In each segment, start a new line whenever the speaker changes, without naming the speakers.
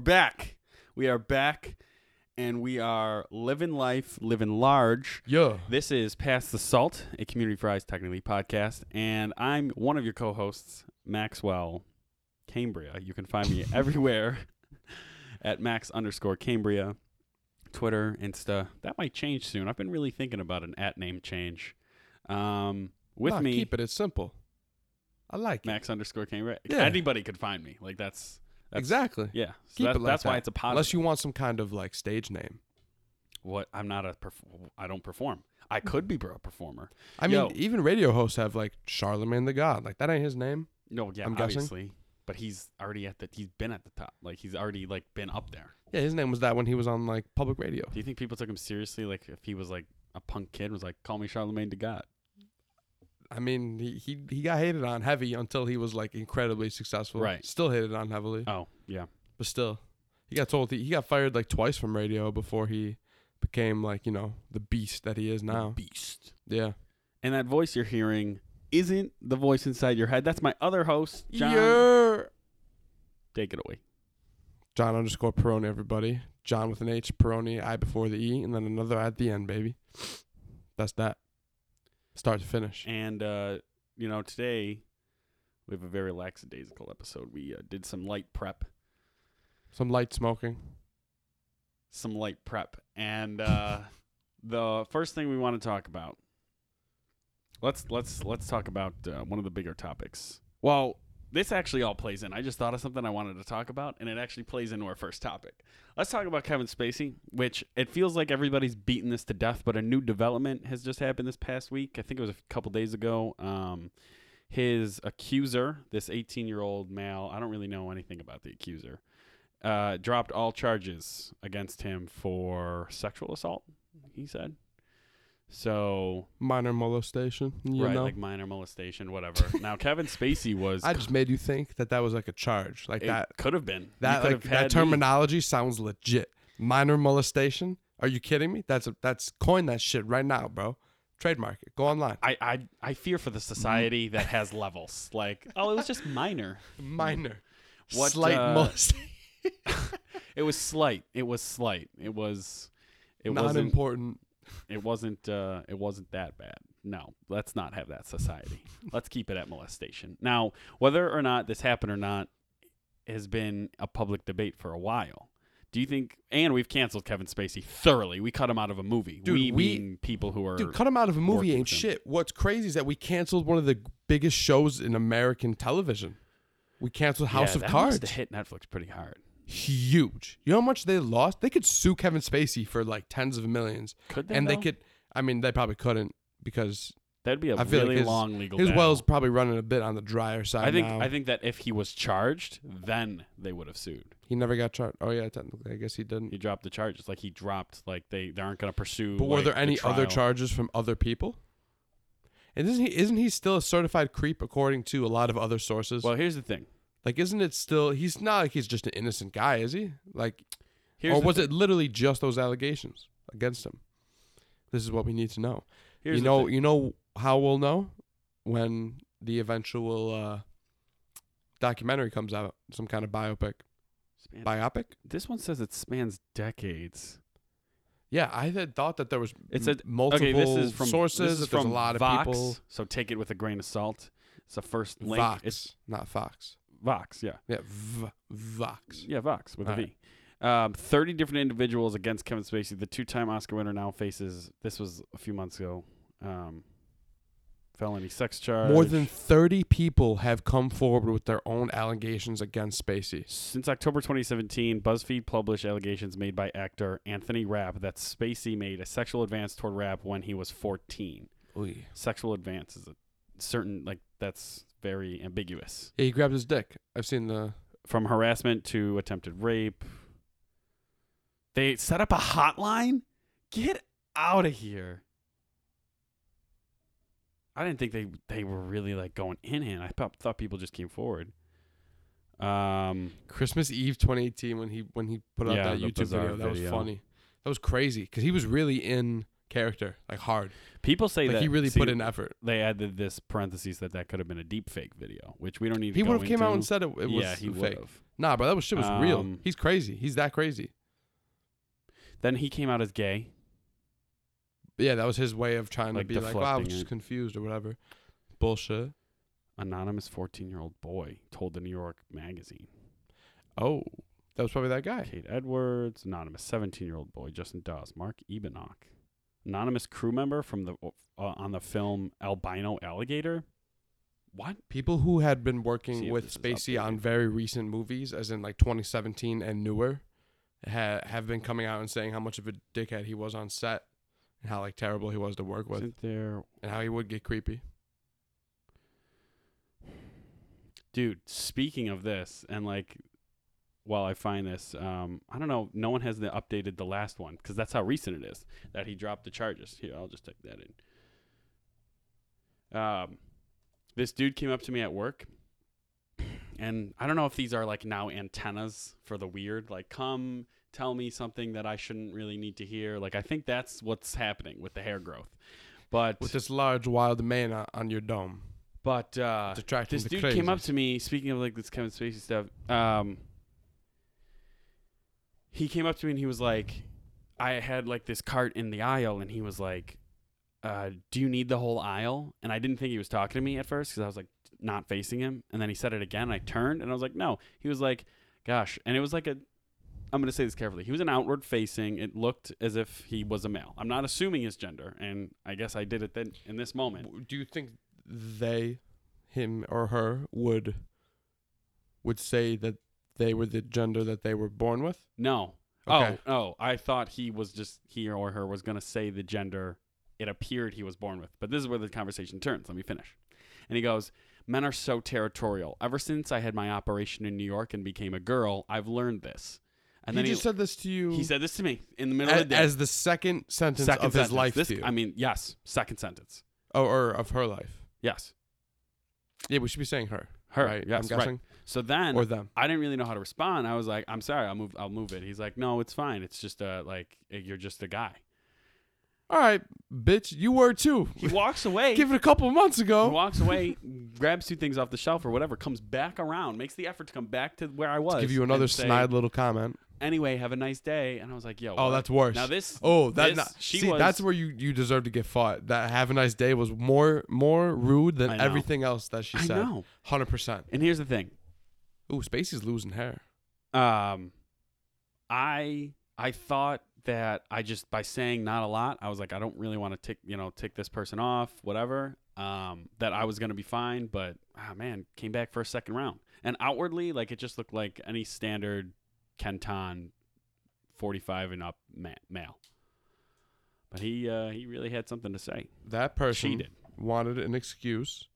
back. We are back, and we are living life, living large.
Yeah.
This is Pass the Salt, a Community Fries Technically podcast, and I'm one of your co hosts, Maxwell Cambria. You can find me everywhere at max underscore Cambria, Twitter, Insta. That might change soon. I've been really thinking about an at name change. Um, with
Nah,
me,
Ah, Keep it. It's simple. I like it.
Max underscore Cambria.
Yeah.
Anybody could find me. Like, that's, that's
Exactly.
yeah. So
Keep
that-
it like
that's why
that.
it's a positive.
Unless you want some kind of like stage name.
what I'm not a perf- I don't perform. I could
Mm-hmm.
be a performer.
I mean,
Yo.
even radio hosts have like Charlemagne the God. Like that ain't his name.
No, yeah,
I'm guessing.
obviously. But he's already at the he's been at the top. Like he's already like been up there.
Yeah, his name was that when he was on like public radio.
Do you think people took him seriously? Like if he was like a punk kid and was like, Call me Charlemagne to God.
I mean, he he, he got hated on heavy until he was like incredibly successful.
Right.
Still hated on heavily,
Oh, yeah.
but still, he got told he, he got fired like twice from radio before he became like you know the beast that he is
The
now.
Beast.
Yeah.
And that voice you're hearing isn't the voice inside your head. That's my other host, John.
Yeah.
Take it away.
John underscore Peroni, everybody. John with an H, Peroni, I before the E, and then another at the end, baby. That's that. Start to finish.
And uh, you know, today we have a very lackadaisical episode. We uh, did some light prep,
Some light smoking.
some light prep, and uh, the first thing we want to talk about. Let's let's let's talk about uh, one of the bigger topics. Well, this actually all plays in. I just thought of something I wanted to talk about, and it actually plays into our first topic. Let's talk about Kevin Spacey, which it feels like everybody's beaten this to death, but a new development has just happened this past week. I think it was a couple days ago. Um, his accuser, this 18 year old male, I don't really know anything about the accuser, uh, dropped all charges against him for sexual assault, he said. So,
Minor molestation. You
right,
know?
like minor molestation, whatever. now, Kevin Spacey was.
I just made you think that that was like a charge. Like
it
that.
could have been. You
That
could
like
have had
that
me.
terminology sounds legit. Minor molestation? Are you kidding me? That's a, that's coin that shit right now, bro. Trademark it. Go online.
I, I I fear for the society that has levels. Like, oh, it was just minor.
Minor.
What,
Slight
uh,
molestation.
It was slight. It was slight. It was. It
Not
wasn't.
important.
It wasn't. Uh, it wasn't that bad. No, let's not have that society. let's keep it at molestation. Now, whether or not this happened or not has been a public debate for a while. Do you think? And we've canceled Kevin Spacey thoroughly. We cut him out of a movie.
Dude,
we,
we-
being people who are
Dude, cut him out of a
working
movie ain't
with him.
shit. What's crazy is that we canceled one of the biggest shows in American television. We canceled House
Yeah,
of
that must have
Cards.
hit Netflix pretty hard.
Huge. You know how much they lost? They could sue Kevin Spacey for like tens of millions,
Could they?
and they
though?
could. I mean, they probably couldn't because
That'd be a
I feel like
really
his-
long legal.
his
battle.
well's probably running a bit on the drier side
I think
now.
I think that if he was charged, then they would have sued.
he never got charged. Oh yeah, technically, I guess he didn't.
He dropped the charges, like he dropped, like they, they aren't going to pursue.
but were
like,
there
the
any other
trial.
charges from other people? And isn't he isn't he still a certified creep according to a lot of other sources?
Well, here's the thing.
Like, isn't it still? He's not like he's just an innocent guy, is he? Like,
Here's
or was it literally just those allegations against him? This is what we need to know.
Here's
you
the
know,
thing.
you know how we'll know when the eventual uh, documentary comes out, some kind of biopic.
Span-
Biopic?
this one says it spans decades.
Yeah, I had thought that there was
It's
it's
a-
multiple
okay, this is from
sources.
This is
that there's
from
a lot of
Vox,
people.
so take it with a grain of salt. It's the first link.
Vox,
It's
not Fox.
Vox, yeah,
Yeah, v- Vox.
yeah, Vox with a
All
V. Um, Thirty different individuals against Kevin Spacey. The two-time Oscar winner now faces. This was a few months ago. Um, felony sex charge.
More than 30 people have come forward with their own allegations against Spacey.
Since October 2017, BuzzFeed published allegations made by actor Anthony Rapp that Spacey made a sexual advance toward Rapp when he was 14. Sexual advance is a certain, like, that's very ambiguous.
Yeah, he grabbed his dick. I've seen the.
From harassment to attempted rape. They set up a hotline? Get out of here. I didn't think they, they were really, like, going in in. I thought thought people just came forward. Um,
Christmas Eve 2018 when he when he put out
Yeah,
that
the
YouTube
bizarre
video. That was
video.
funny. That was crazy because he was really in character, like hard.
People say
Like
that
he really
see,
put in effort.
They added this parentheses that that could have been a deep fake video, which we don't need. to
He
go
would have came out and
into.
said it, it was
yeah, he would
fake.
have.
Nah, bro, that was, shit was real.
Um,
He's crazy. He's that crazy.
Then he came out as gay.
But yeah, that was his way of trying
Like
to be like, wow, I was
deflecting
just
it.
confused or whatever. Bullshit.
Anonymous 14 year old boy told the New York magazine.
Oh, that was probably that guy.
Kate Edwards, anonymous 17 year old boy Justin Dawes, Mark Ebenock, anonymous crew member from the uh, on the film Albino Alligator. What?
People who had been
See
working
if
with
this is
Spacey on
updated.
very recent movies, as in like 2017 and newer, ha- have been coming out and saying how much of a dickhead he was on set and how like terrible he was to work with
Wasn't there
and how he would get creepy.
Dude, speaking of this, and like, while I find this, um, I don't know. No one has the updated the last one because that's how recent it is that he dropped the charges. Here, I'll just type that in. Um, this dude came up to me at work, and I don't know if these are like now antennas for the weird. Like, come tell me something that I shouldn't really need to hear. Like, I think that's what's happening with the hair growth. But
With this large wild man o- on your dome.
but uh,
It's attracting
this
the
dude came up
crazies.
to me speaking of like this Kevin Spacey stuff. Um, he came up to me and he was like, I had like this cart in the aisle, and he was like, uh, "Do you need the whole aisle?" And I didn't think he was talking to me at first because I was like not facing him, and then he said it again. And I turned and I was like, "No." He was like, "Gosh," and it was like a. I'm gonna say this carefully. He was an outward facing. It looked as if he was a male. I'm not assuming his gender, and I guess I did it then in this moment.
W- Do you think they, him or her, would would say that they were the gender that they were born with?
No,
Okay.
Oh, oh, I thought he was just he or her was going to say the gender it appeared he was born with. But this is where the conversation turns. Let me finish. And he goes, Men are so territorial. Ever since I had my operation in New York and became a girl, I've learned this. And
he
then
just
he,
said this to you.
he said this to me in the middle
as,
of the day.
as the second sentence
second
of
sentence.
his life
This-
to you.
I mean, yes, second sentence.
Oh, or of her life.
Yes.
Yeah, we should be saying her.
Her.
right?
Yes,
I'm
right.
guessing.
So then
Or them.
I didn't really know how to respond. I was like, I'm sorry, I'll move I'll move it. He's like, No, it's fine. It's just uh like you're just a guy.
All right, bitch, you were too.
He walks away.
Give it a couple of months
He
ago.
walks away, grabs two things off the shelf or whatever, comes back around, makes the effort to come back to where I was.
Let's give you another
and say,
snide little comment.
Anyway, have a nice day. And I was like, yo.
Oh,
what?
that's worse.
Now this.
Oh, that
this-
not,
she
see,
was.
that's where you you deserve to get fought. That have a nice day was more more rude than
I know.
everything else that she
I
said.
know.
Hundred percent.
And here's the thing.
Ooh, Spacey's losing hair.
Um, I I thought that I just by saying not a lot, I was like, I don't really want to tick you know tick this person off, whatever. Um, that I was gonna be fine, but ah man, came back for a second round, and outwardly, like it just looked like any standard Kenton, forty five and up ma- male. But he uh, he really had something to say.
That person
She did.
wanted an excuse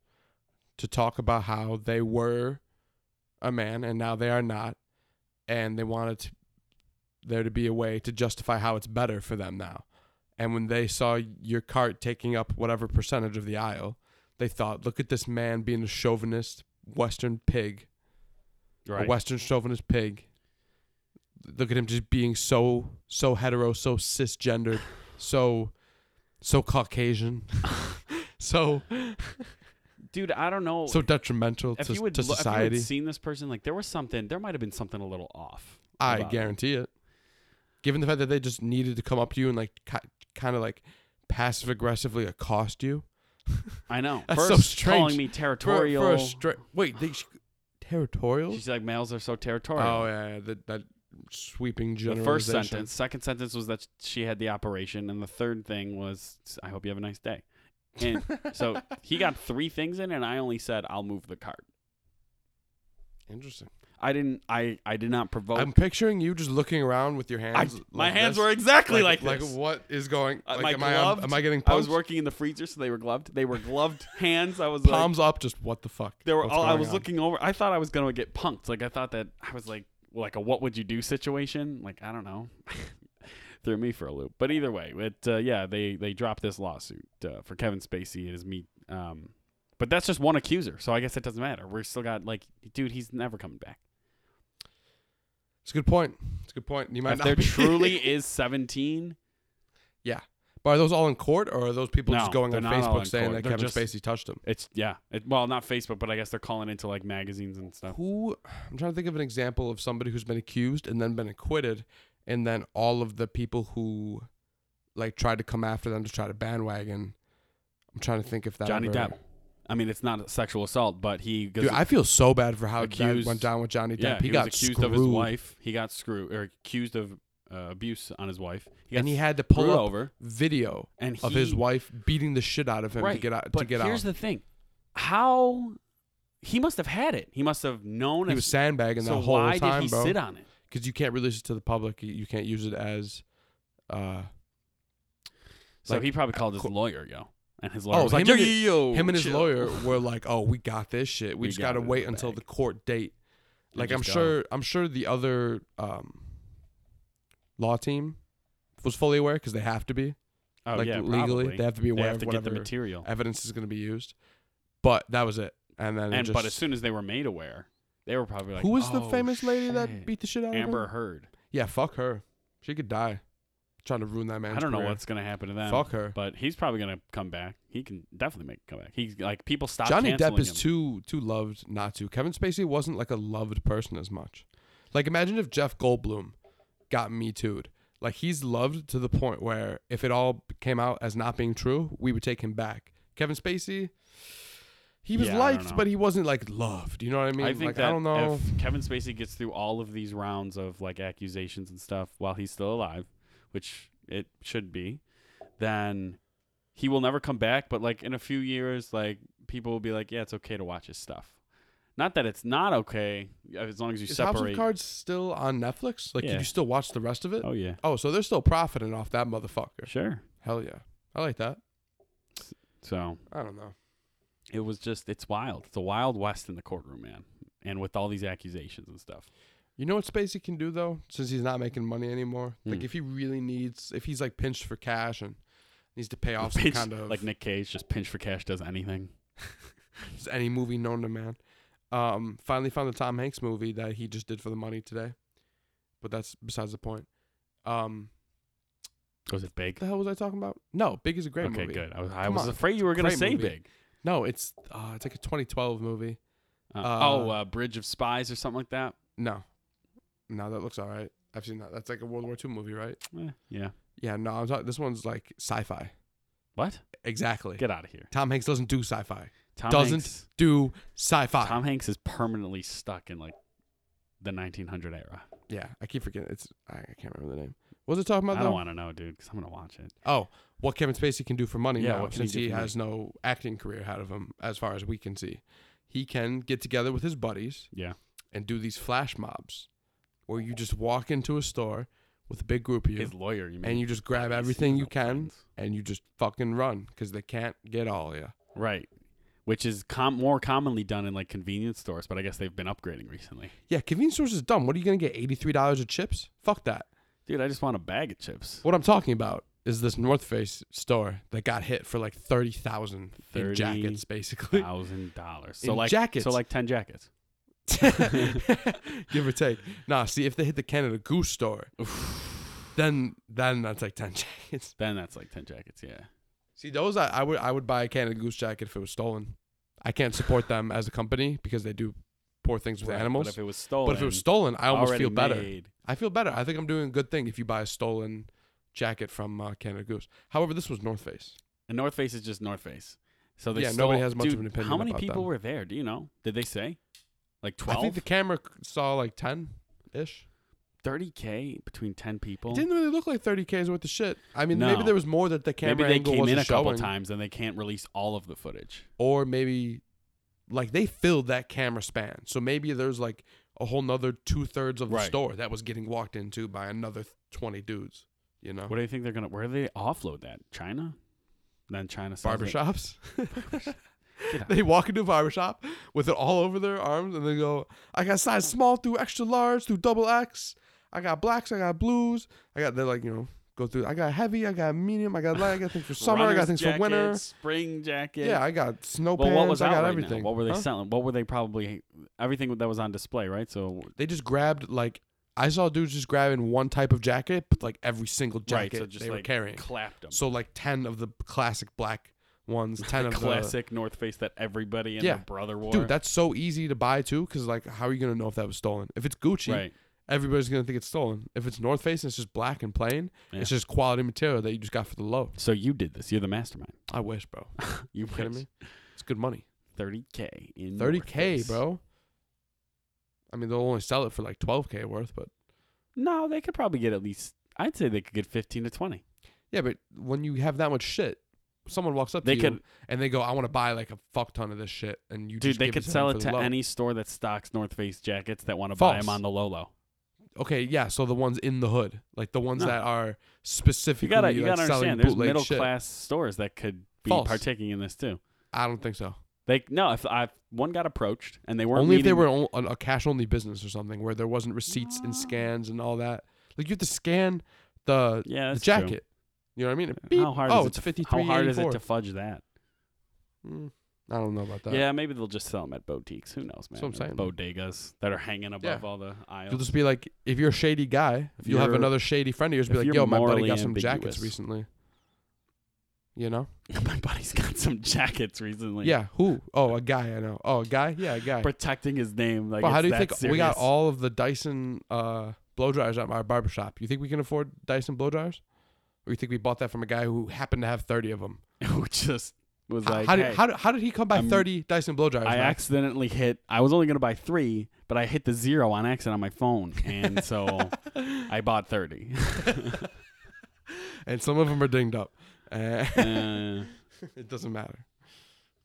to talk about how they were a man and now they are not, and they wanted to, there to be a way to justify how it's better for them now. And when they saw your cart taking up whatever percentage of the aisle, they thought, "Look at this man being a chauvinist Western pig, a Western chauvinist pig. Look at him just being so so hetero, so cisgendered, so so Caucasian, so
dude, I don't know.
so detrimental
Oh, if
to,
you would
to
lo- if you
society.
had seen this person, like there was something, there might have been something a little off.
I
about it.
guarantee it. Given the fact that they just needed to come up to you and like ki- kind of like passive aggressively accost you
I know.
That's
First,
so strange.
calling me
For- for a
territorial.
stra- wait, they sh- territorial?
She's like, males are so
Oh
territorial.
yeah, yeah, that that sweeping
the
generalization.
first sentence. Second sentence was that she had the operation. And the third thing was, I hope you have a nice day. And so he got three things in, and I only said, I'll move the cart.
Interesting.
I didn't, I, I did not provoke.
I'm picturing you just looking around with your hands.
I-
like
my hands
this.
were exactly like,
like
this.
what is going?
Uh,
Like,
my
am I on-
gloved-
am I getting?
I was
punched?
working in the freezer, so they were gloved. They were gloved hands. I was like,
palms up. Just what the fuck?
there were
What's
all, I
going
was
on?
looking over. I thought I was gonna get punked. Like I thought that I was like like a what would you do situation. Like I don't know. Threw me for a loop. But either way, it uh, yeah they they dropped this lawsuit uh, for Kevin Spacey and his meat. Um, but that's just one accuser, so I guess it doesn't matter. We're still got like dude, he's never coming back.
It's a good point. It's a good point. You might
If
not
there
be-
truly is seventeen,
But are those all in court, or are those people
No,
just going
they're
on
not all in
Facebook saying
court.
that
They're
Kevin
just-
Spacey touched him?
It's yeah. It, well, not Facebook, but I guess they're calling into like magazines and stuff.
Who? I'm trying to think of an example of somebody who's been accused and then been acquitted, and then all of the people who, like, tried to come after them to try to bandwagon. I'm trying to think if that
Johnny
ever-
Depp. I mean, it's not a sexual assault, but he goes
Dude, I feel so bad for how that
Accused-
went down with Johnny Depp.
yeah,
he,
was
got
accused
screwed,
of his wife. He got screwed or accused of uh, abuse on his wife. He got
and he had to
screwed
pull up
over
video
and he,
of his wife beating the shit out of him
Right,
to get out.
But
to get
here's
out.
the thing: how he must have had it. He must have known.
he
if-
was sandbagging
so
the whole
why
time,
did he
bro.
sit on it?
because you can't release it to the public. You- You can't use it as, uh,
So
Like,
he probably called his
co-
lawyer, yo, and his lawyer was
him
like,
and
"Yo,
his-
yo, yo,
him and his
Oh, chill."
lawyer were like, "Oh, we got this shit. We,
We
just
got
gotta
it in
wait
the
until
bag."
the court date."
And
Like I'm
just go.
sure, I'm sure the other um, law team was fully aware because they have to be.
Oh,
like
yeah,
legally,
probably.
they have to be
They
aware
have
of
to get
whatever
the material.
evidence is going to be used. But that was it, and then it
And but
just-
as soon as they were made aware, they were probably like,
who was the
"Oh,
famous lady
shit."
that beat the shit out of
Amber
him?
Heard.
Yeah, fuck her. She could die. Trying to ruin that man's
I don't know
career.
what's gonna happen to them.
Fuck her.
But he's probably gonna come back. He can definitely make a comeback. He's like people stop.
Johnny Depp
canceling
is
him.
too too loved not to. Kevin Spacey wasn't like a loved person as much. Like imagine if Jeff Goldblum got me too'd. Like he's loved to the point where if it all came out as not being true, we would take him back. Kevin Spacey he was
Yeah, I don't
liked,
know.
but he wasn't like loved. You know what I mean?
I think
like
that
I don't know.
if Kevin Spacey gets through all of these rounds of like accusations and stuff while he's still alive, which it should be, then he will never come back. But like in a few years, like people will be like, yeah, it's okay to watch his stuff. Not that it's not okay uh, as long as you
Is House of
separate.
Cards still on Netflix? Like
Yeah.
can you still watch the rest of it?
oh yeah,
Oh, so they're still profiting off that motherfucker.
sure.
Hell yeah. I like that.
So
I don't know.
it was just it's wild. It's a wild west in the courtroom, man. And with all these accusations and stuff.
You know what Spacey can do though, since he's not making money anymore. Like
Hmm.
if he really needs, if he's like pinched for cash and needs to pay off some
Pinch-
kind of
like Nick Cage just pinch for cash does anything.
just any movie known to man. Um, finally found the Tom Hanks movie that he just did for the money today, but that's besides the point. Um,
Was it
what
big?
the hell was I talking about? No, Big is a great
okay,
movie.
good. I was, I
Come
was
on.
afraid you were gonna
Great
say
movie.
big.
No, it's uh, it's like a 2012 movie.
Uh,
Uh,
oh, uh, Bridge of Spies or something like that.
No, no, that looks all right. I've seen that. That's like a World War II movie, right?
Eh, yeah.
Yeah, no, I'm talking. This one's like sci-fi.
What?
Exactly.
Get out of here.
Tom Hanks doesn't do sci-fi.
Tom
Doesn't
Hanks,
Do sci-fi.
Tom Hanks is permanently stuck in like the 1900 era.
Yeah, I keep forgetting. It's I, I can't remember the name. What was it talking
I
about
don't
though?
want to know, dude, because I'm gonna watch it.
oh, what Kevin Spacey can do for money
Yeah,
now,
what can he
since
do
he,
for
has no acting career ahead of him, as far as we can see, he can get together with his buddies
Yeah.
and do these flash mobs, where you just walk into a store with a big group of you
His lawyer, you mean?
and you just grab
Buddies,
everything
he's
you
no
can
friends.
and you just fucking run because they can't get all of you.
Right. Which is com- more commonly done in like convenience stores, but I guess they've been upgrading recently.
Yeah, convenience stores is dumb. What are you gonna get? Eighty three dollars of chips? Fuck that.
Dude, I just want a bag of chips.
What I'm talking about is this North Face store that got hit for like thirty thousand in
Thirty
jackets, basically,
Thousand dollars. So
In
like
jackets.
So like ten jackets.
give or take. Nah, see if they hit the Canada Goose store, then then that's like ten jackets.
Then that's like ten jackets. Yeah.
See those, I, I would I would buy a Canada Goose jacket if it was stolen. I can't support them as a company because they do poor things with
Right,
animals.
But if it was stolen,
But if it was stolen, I almost
already
feel better.
made-
I feel better. I think I'm doing a good thing if you buy a stolen jacket from uh, Canada Goose. However, this was North Face.
And North Face is just North Face. So they
Yeah,
stole-
nobody has much of
Dude,
an opinion
How many
about
people
them.
were there? Do you know? Did they say? Like
I
12?
think the camera c- saw like ten ish.
30K between 10 people?
It didn't really look like 30k's worth of shit. I mean, maybe
No.
there was more that the camera
Maybe they
angle
came
wasn't
in a
showing,
couple times and they can't release all of the footage.
or maybe like they filled that camera span. So maybe there's like a whole nother two thirds of the
Right.
store that was getting walked into by another 20 dudes. You know,
What do you think they're going to, where do they offload that? China? Then China sells it.
barbershops.
Get out.
they walk into a barbershop with it all over their arms, and they go, "I got size small through extra large through double X. I got blacks. I got blues. I got." They're like, you know, go through. I got heavy. I got medium. I got light. I got things for summer. I got
Runner's
things
jackets,
for winter.
Spring jacket.
Yeah, I got snow
Well,
pants.
what was
I
out
got
right now?
everything.
What were they
Huh?
selling? What were they probably everything that was on display, right? So
They just grabbed like I saw dudes just grabbing one type of jacket, but like every single
Right,
jacket
so just
they were
like
carrying.
clapped them.
so like ten of the classic black ones, ten
the
of
classic North Face that everybody and
Yeah.
their brother wore.
the dude. That's so easy to buy too, because like how are you gonna know if that was stolen? If it's Gucci,
right.
everybody's gonna think it's stolen. If it's North Face and it's just black and plain,
Yeah.
it's just quality material that you just got for the low.
So you did this. You're the mastermind.
I wish, bro.
You
You kidding
wish.
me? It's good money.
30k in North
Thirty k,
Face.
bro. I mean, they'll only sell it for like twelve k worth, but
No, they could probably get at least. I'd say they could get 15 to 20.
yeah. But when you have that much shit, someone walks up
They
to you
could,
and they go, "I want to buy like a fuck ton of this shit," and you
dude.
just
They
give
could
to them
sell
for
it
the
to
low.
any store that stocks North Face jackets that want to buy them
False.
on the low low.
Okay, yeah. So the ones in the hood, like the ones
No.
that are
You
specifically
gotta, you
like,
gotta
selling
understand. There's
bootleg
middle
shit.
class stores that could be
False.
partaking in this too.
I don't think so.
They no, if I one got approached and they weren't
Only if they
meeting-
were on- on a cash only business or something where there wasn't receipts and scans and all that. Like you have to scan the,
yeah,
the
that's true.
jacket. You know what I mean? Beep.
How hard
oh,
is it
it's
to
fifty
How
three.
hard is it to fudge that?
Mm, I don't know about that.
Yeah, maybe they'll just sell them at boutiques. Who knows, man?
That's what I'm
Or Bodegas that are hanging above all the aisles.
You'll just be like, if you're a shady guy,
If
you'll have
you're-
another shady friend of yours. Be
if
like,
you're
yo, my buddy
morally
got some jackets
ambiguous.
recently. You know?
My buddy's got some jackets recently.
yeah. Who? Oh, a guy I know. Oh, a guy. Yeah, a guy.
protecting his name. Like,
Well, how
it's
do you
that
think we got
serious.
all of the Dyson uh, blow dryers at my barbershop? You think we can afford Dyson blow dryers? Or you think we bought that from a guy who happened to have 30 of them?
who just was
How,
like,
how, did,
"Hey,
how, did- how did he come by
I'm-
30 Dyson blow dryers?
I
man?
accidentally hit. I was only gonna buy three, but I hit the zero on accident on my phone, and so I bought thirty.
and some of them are dinged up. Uh,
Uh,
it doesn't matter.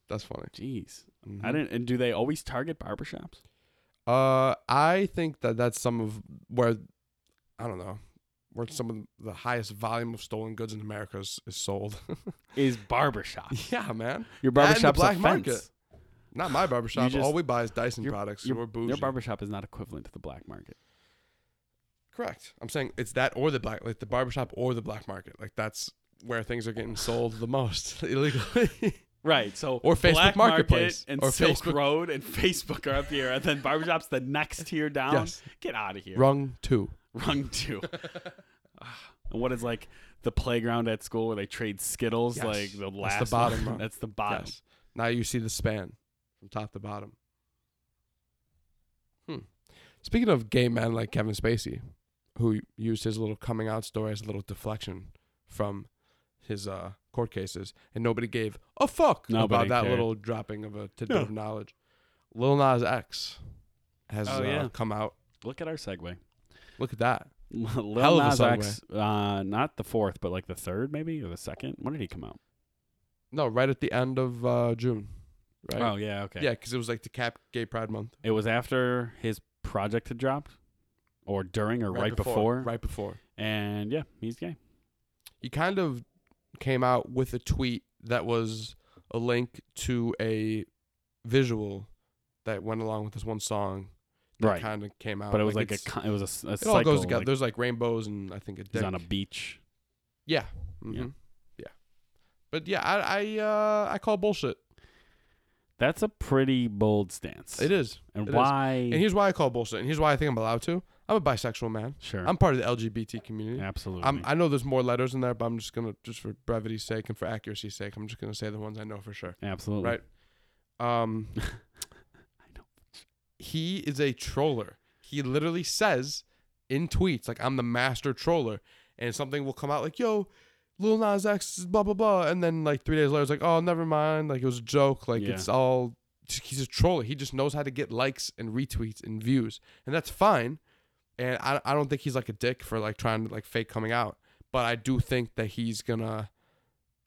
That's funny.
Jeez,
Mhm.
I didn't. And do they always target barbershops?
Uh, I think that that's some of where I don't know where some of the highest volume of stolen goods in America is, is sold.
Is barbershop
yeah, man.
your
That and the
barbershop's
black
a
market.
fence?
Not my barbershop.
just-
All we buy is Dyson
your-
products.
your-
Your, bougie.
Your barbershop is not equivalent to the black market.
Correct. I'm saying it's that or the black, like the barbershop or the black market. Like that's where things are getting sold the most illegally.
Right. So
Or Facebook
Black
Marketplace,
Market and
or
Silk
Facebook-
Road and Facebook are up here, and then barbershop's the next tier down.
yes.
Get out of here.
Rung two.
Rung two. Ah, and what is like the playground at school where they trade Skittles?
Yes.
Like the
That's the
last
bottom
One.
rung.
That's the bottom.
Yes. Now you see the span from top to bottom. Hmm. Speaking of gay men like Kevin Spacey, who used his little coming out story as a little deflection from his uh, court cases, and nobody gave a fuck
Nobody
about that
cared.
little dropping of a tidbit
No.
of knowledge. Lil Nas X has
Oh,
uh,
yeah.
come out.
Look at our segue.
Look at that.
Lil
Hell of a
Nas X, uh, not the fourth, but like the third, maybe or the second. When did he come out?
No, right at the end of uh, June. Right.
Oh yeah, okay.
Yeah, because it was like to cap Gay Pride Month.
It was after his project had dropped, or during, or right, before.
Right before.
And yeah, he's gay.
he kind of came out with a tweet that was a link to a visual that went along with this one song that
Right.
kind of came out.
But it was like,
Oh, it's-
a con- it was a, s- a
it all
cycle,
goes together.
like,
There's like rainbows and I think a
he's
dick.
on a beach.
yeah. hmm Yeah. But yeah, I I uh, I call bullshit.
That's a pretty bold stance.
It is.
And
it is.
why?
And here's why I call bullshit. And here's why I think I'm allowed to. I'm a bisexual man.
sure.
I'm part of the LGBT community.
Absolutely.
I'm, I know there's more letters in there, but I'm just gonna just for brevity's sake and for accuracy's sake, I'm just gonna say the ones I know for sure.
Absolutely.
Right. Um,
I know.
he is a troller. He literally says in tweets, like, I'm the master troller. And something will come out like, yo, Lil Nas X, is blah, blah, blah. And then, like, three days later, it's like, oh, never mind. Like, it was a joke. Like,
Yeah.
it's all. He's a troller. He just knows how to get likes and retweets and views. And that's fine. And I, I don't think he's like a dick for like trying to like fake coming out. But I do think that he's gonna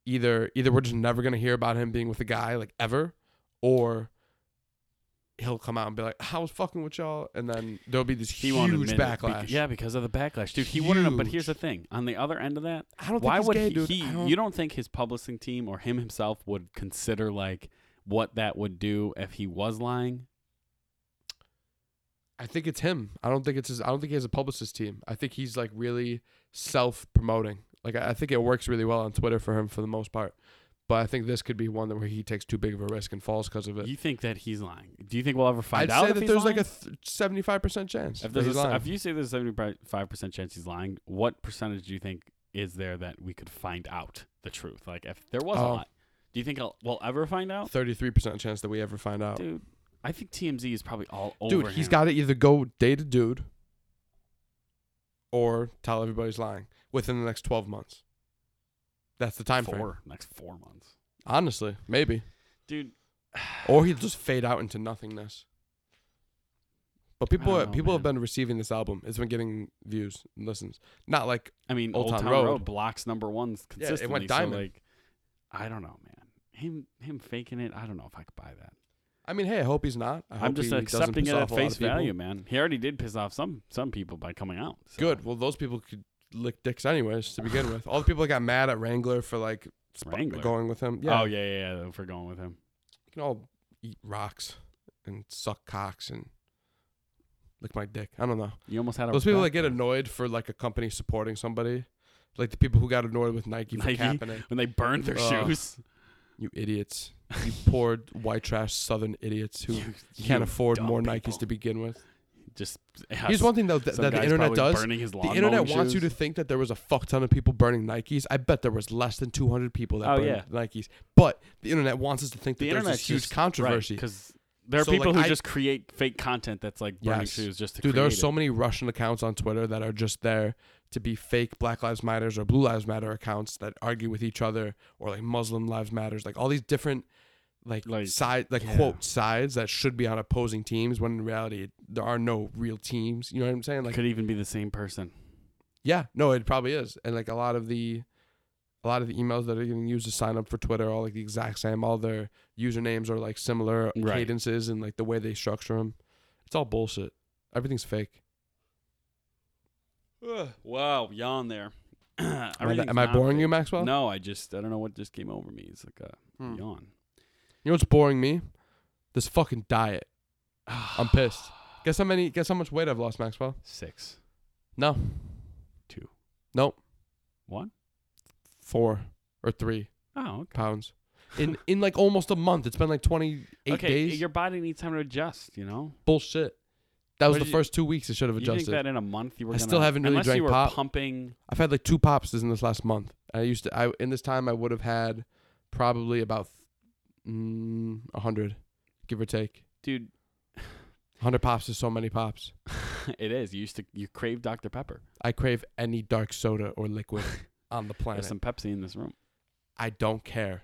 either either we're just never gonna hear about him being with a guy like ever, or he'll come out and be like, "I was fucking with y'all," and then there'll be this
He won't admit
huge
it bec-
backlash.
yeah, because of the backlash, dude. He wouldn't. have- But here's the
Huge.
thing: on the other end of that,
I don't.
why
think he's
would
gay,
he?
dude.
he
I don't-
you don't think his publishing team or him himself would consider like what that would do if he was lying?
I think it's him. I don't think it's his. I don't think he has a publicist team. I think he's like really self promoting. Like I, I think it works really well on Twitter for him for the most part. But I think this could be one that where he takes too big of a risk and falls because of it.
You think that he's lying? Do you think we'll ever find
I'd
out?
say
if
that
he's
there's
lying?
like a seventy-five percent chance.
if
that
there's
he's
a,
lying.
if you say there's a seventy five percent chance he's lying, what percentage do you think is there that we could find out the truth? Like if there was a
Oh.
lot, do you think I'll, we'll ever find out,
Thirty-three percent chance that we ever find out.
dude? I think TMZ is probably all over.
Oh. Dude, he's
him.
got to either go date a dude or tell everybody's lying within the next 12 months. That's the time frame.
four next four months,
Honestly, maybe.
dude.
Or he'll just fade out into nothingness. But people uh,
don't know,
people have
man.
been receiving this album. It's been getting views and listens. Not like
I mean, Old, Town, Road. blocks number ones
Yeah, it
consistently. So
went diamond.
like, I don't know, man. Him him faking it. I don't know if I could buy that.
I mean, hey, I hope he's not. I
I'm
hope
just
he doesn't
accepting
piss
it at
off a lot
face
of people.
value, man. He already did piss off some some people by coming out. so- Oh,
Good. Well, those people could lick dicks anyways to begin with. All the people that got mad at Wrangler for like sp-
Wrangler?
going with him. Yeah.
Oh yeah, yeah, yeah. If we're going with him,
You can all eat rocks and suck cocks and lick my dick. I don't know.
you almost had a
Those people that
wreck
get
there.
annoyed for like a company supporting somebody, like the people who got annoyed with Nike for
Nike?
Kaepernick.
when they burned their
Ugh.
shoes.
You idiots. You poor white trash southern idiots who
you
can't afford
dumb
more
people.
Nikes to begin with.
Just
Here's one thing though that,
Some
that the
guy's
internet
probably
does.
Burning his
The internet wants you to think that there was a fuck ton of people burning Nikes. I bet there was less than 200 people that
Oh,
burned
yeah.
Nikes. But the internet wants us to think that
The
there's
internet
this huge controversy.
because there are
So,
people
like,
who
I-
just create fake content that's like burning
Yes.
shoes just to
Dude,
create
there are
it.
so many Russian accounts on Twitter that are just there to be fake Black Lives Matters or Blue Lives Matter accounts that argue with each other or like Muslim Lives Matters, like all these different like,
Like,
side like
yeah.
quote sides that should be on opposing teams when in reality there are no real teams. You know what I'm saying? Like
could even be the same person.
yeah, no, it probably is. And like a lot of the a lot of the emails that are getting used to sign up for Twitter are like the exact same. All their usernames are like similar
Right.
cadences and like the way they structure them. It's all bullshit. Everything's fake.
wow, yawn there. am
Am I, am I boring you, Maxwell?
No, I just I don't know what just came over me. It's like a
Hmm. You
yawn.
know what's boring me? This fucking diet. I'm pissed. Guess how many? Guess how much weight I've lost, Maxwell?
Six,
No,
two,
Nope.
one.
four or three
Oh, okay.
pounds. In in like almost a month. It's been like twenty eight
okay,
days.
your body needs time to adjust. You know,
Bullshit. That was
What
the
did you-
first two weeks. It should have
you think
adjusted.
that in a month you were.
I
gonna,
still haven't really
unless you
drank
were
pop.
pumping.
I've had like two pops in this last month. I used to. I in this time I would have had probably about mm, a hundred, give or take.
dude
Hundred pops is so many pops.
it is you used to you crave dr pepper
I crave any dark soda or liquid on the planet.
there's some pepsi in this room
I don't care.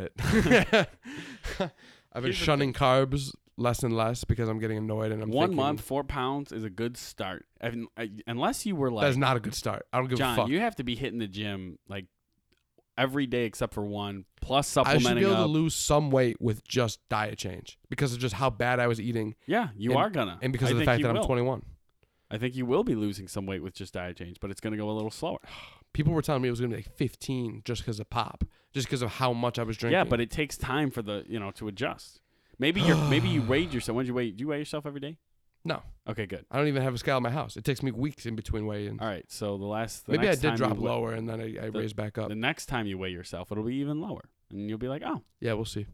it. I've been
Here's the
shunning carbs less and less because I'm getting annoyed and I'm
one
thinking,
month four pounds is a good start I mean, I, unless you were like
That's not a good start. I don't give a
john
fuck.
you have to be hitting the gym like every day except for one plus
I should be
supplementing
able
up
to lose some weight with just diet change because of just how bad I was eating
yeah you
and-
are gonna
and because
I
of the
think
fact
you
that
will.
I'm 21.
i think you will be losing some weight with just diet change but it's gonna go a little slower
people were telling me it was going to be like 15 just because of pop, just because of how much I was drinking.
yeah but it takes time for the you know to adjust maybe you're maybe you weighed yourself when did you weigh do you weigh yourself every day
No.
okay good
I don't even have a scale in my house. It takes me weeks in between weighing.
all right so the last the
Mm. Maybe I
next time
did
you
drop
weigh-
lower and then I, I
the-
raised back up.
the next time you weigh yourself it'll be even lower and you'll be like oh
yeah, we'll see.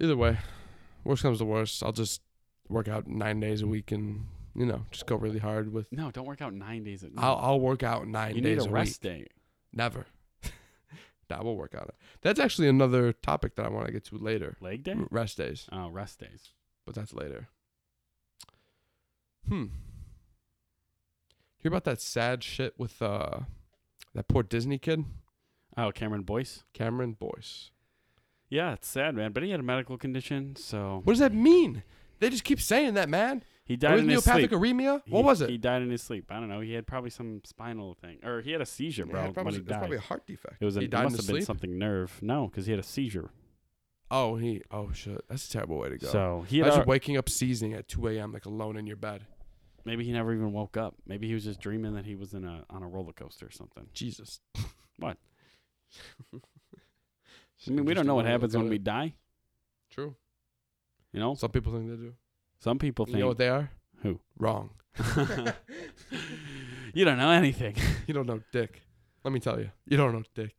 Either way, worst comes to worst, I'll just work out nine days a week and you know just go really hard with.
No, don't work out nine days a week.
I'll I'll work out nine
you
days
need a rest
week.
day.
Never. nah, we'll work out. That's actually another topic that I want to get to later.
Leg day?
Rest days.
Oh, rest days.
but that's later. Hmm. Hear about that sad shit with uh that poor Disney kid,
Oh, Cameron Boyce.
Cameron Boyce.
Yeah, it's sad, man. But he had a medical condition, so
What does that mean? They just keep saying that, man.
he died in his
Neopathic
sleep.
arrhythia?
He-
What was it?
He died in his sleep. I don't know. He had probably some spinal thing, or he had a seizure, bro.
Yeah, probably,
when he
it was
died,
probably a heart defect.
it was. A,
he
it
died in
must have
his
been
sleep.
something nerve. No, because he had a seizure.
oh, he. Oh shit, that's a terrible way to go.
So he had.
Imagine
al-
waking up seizing at 2 a.m. like alone in your bed.
maybe he never even woke up. Maybe he was just dreaming that he was in a on a roller coaster or something.
Jesus.
What? I mean, we don't know what happens when we die.
True.
You know,
Some people think they do.
some people
You know
think
what they are?
Who?
Wrong.
you don't know anything.
You don't know dick. Let me tell you. You don't know dick.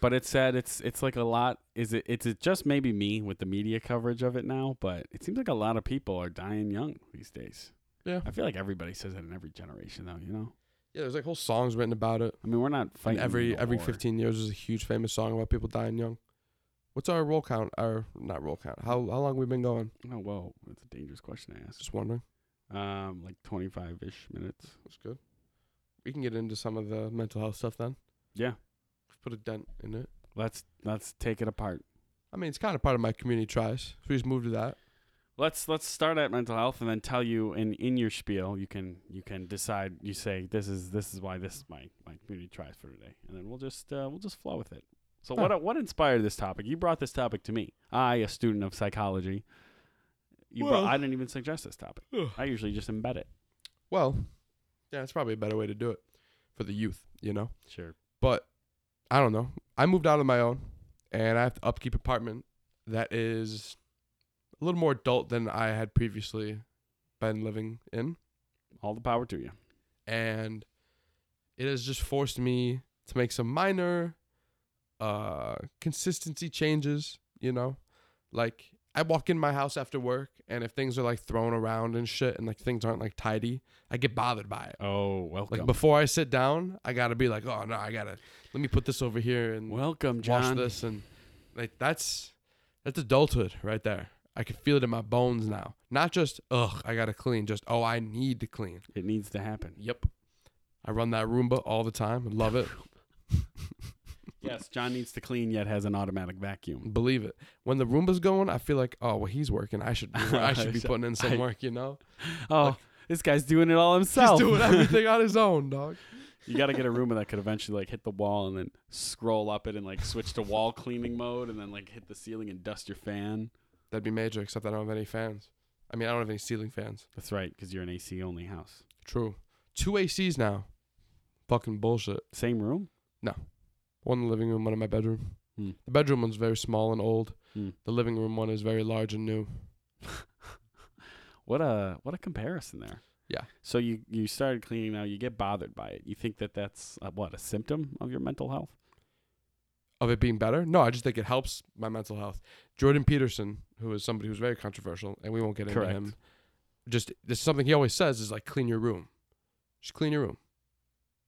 but it said it's it's like a lot. Is it? It's it just maybe me with the media coverage of it now, but it seems like a lot of people are dying young these days.
Yeah.
I feel like everybody says it in every generation, though. You know,
Yeah, there's like whole songs written about it.
I mean, we're not
And
fighting
every
the
every
war.
15 years is a huge famous song about people dying young. What's our roll count? Our not roll count. How how long we been going?
Oh whoa, that's a dangerous question to ask.
Just wondering.
Um, like twenty five ish minutes.
That's good. We can get into some of the mental health stuff then.
Yeah,
Put a dent in it.
let's let's take it apart.
I mean, it's kind of part of my community tries. So we just moved to that.
Let's let's start at mental health and then tell you in in your spiel you can you can decide you say this is this is why this is my my community tries for today and then we'll just uh, we'll just flow with it. So what uh, what inspired this topic? You brought this topic to me. I, a student of psychology, you brought,
Well-
I didn't even suggest this topic. I usually just embed it.
Well, yeah, it's probably a better way to do it for the youth, you know.
Sure.
But I don't know. I moved out on my own, and I have to upkeep apartment that is a little more adult than I had previously been living in.
All the power to you.
and it has just forced me to make some minor uh consistency changes you know like i walk in my house after work and if things are like thrown around and shit and like things aren't like tidy i get bothered by it
Oh,
like
welcome.
before i sit down i gotta be like oh no i gotta let me put this over here and
welcome,
wash
John.
this and like that's that's adulthood right there i can feel it in my bones now not just ugh i gotta clean just oh i need to clean
It needs to happen.
Yep. I run that Roomba all the time. I Love it.
Yes, John needs to clean yet has an automatic vacuum.
Believe it. When the Roomba's going, I feel like, oh, well, he's working. I should, I should be putting in some
I-
work. You know,
Oh, this guy's doing it all himself.
he's doing everything on his own, dog.
you got to get a room that could eventually like hit the wall and then scroll up it and like switch to wall cleaning mode and then like hit the ceiling and dust your fan.
That'd be major. Except I don't have any fans. I mean, I don't have any ceiling fans.
That's right, because you're an AC only house.
True. Two ACs now. Fucking bullshit.
Same room.
One in the living room, one in my bedroom.
Hmm.
The bedroom one's very small and old.
Hmm.
The living room one is very large and new.
What a what a comparison there.
Yeah.
So you you started cleaning now. You get bothered by it. You think that that's a, what a symptom of your mental health.
of it being better. No, I just think it helps my mental health. Jordan Peterson, who is somebody who's very controversial, and we won't get into
Correct.
him. Just this is something he always says is like clean your room. Just clean your room.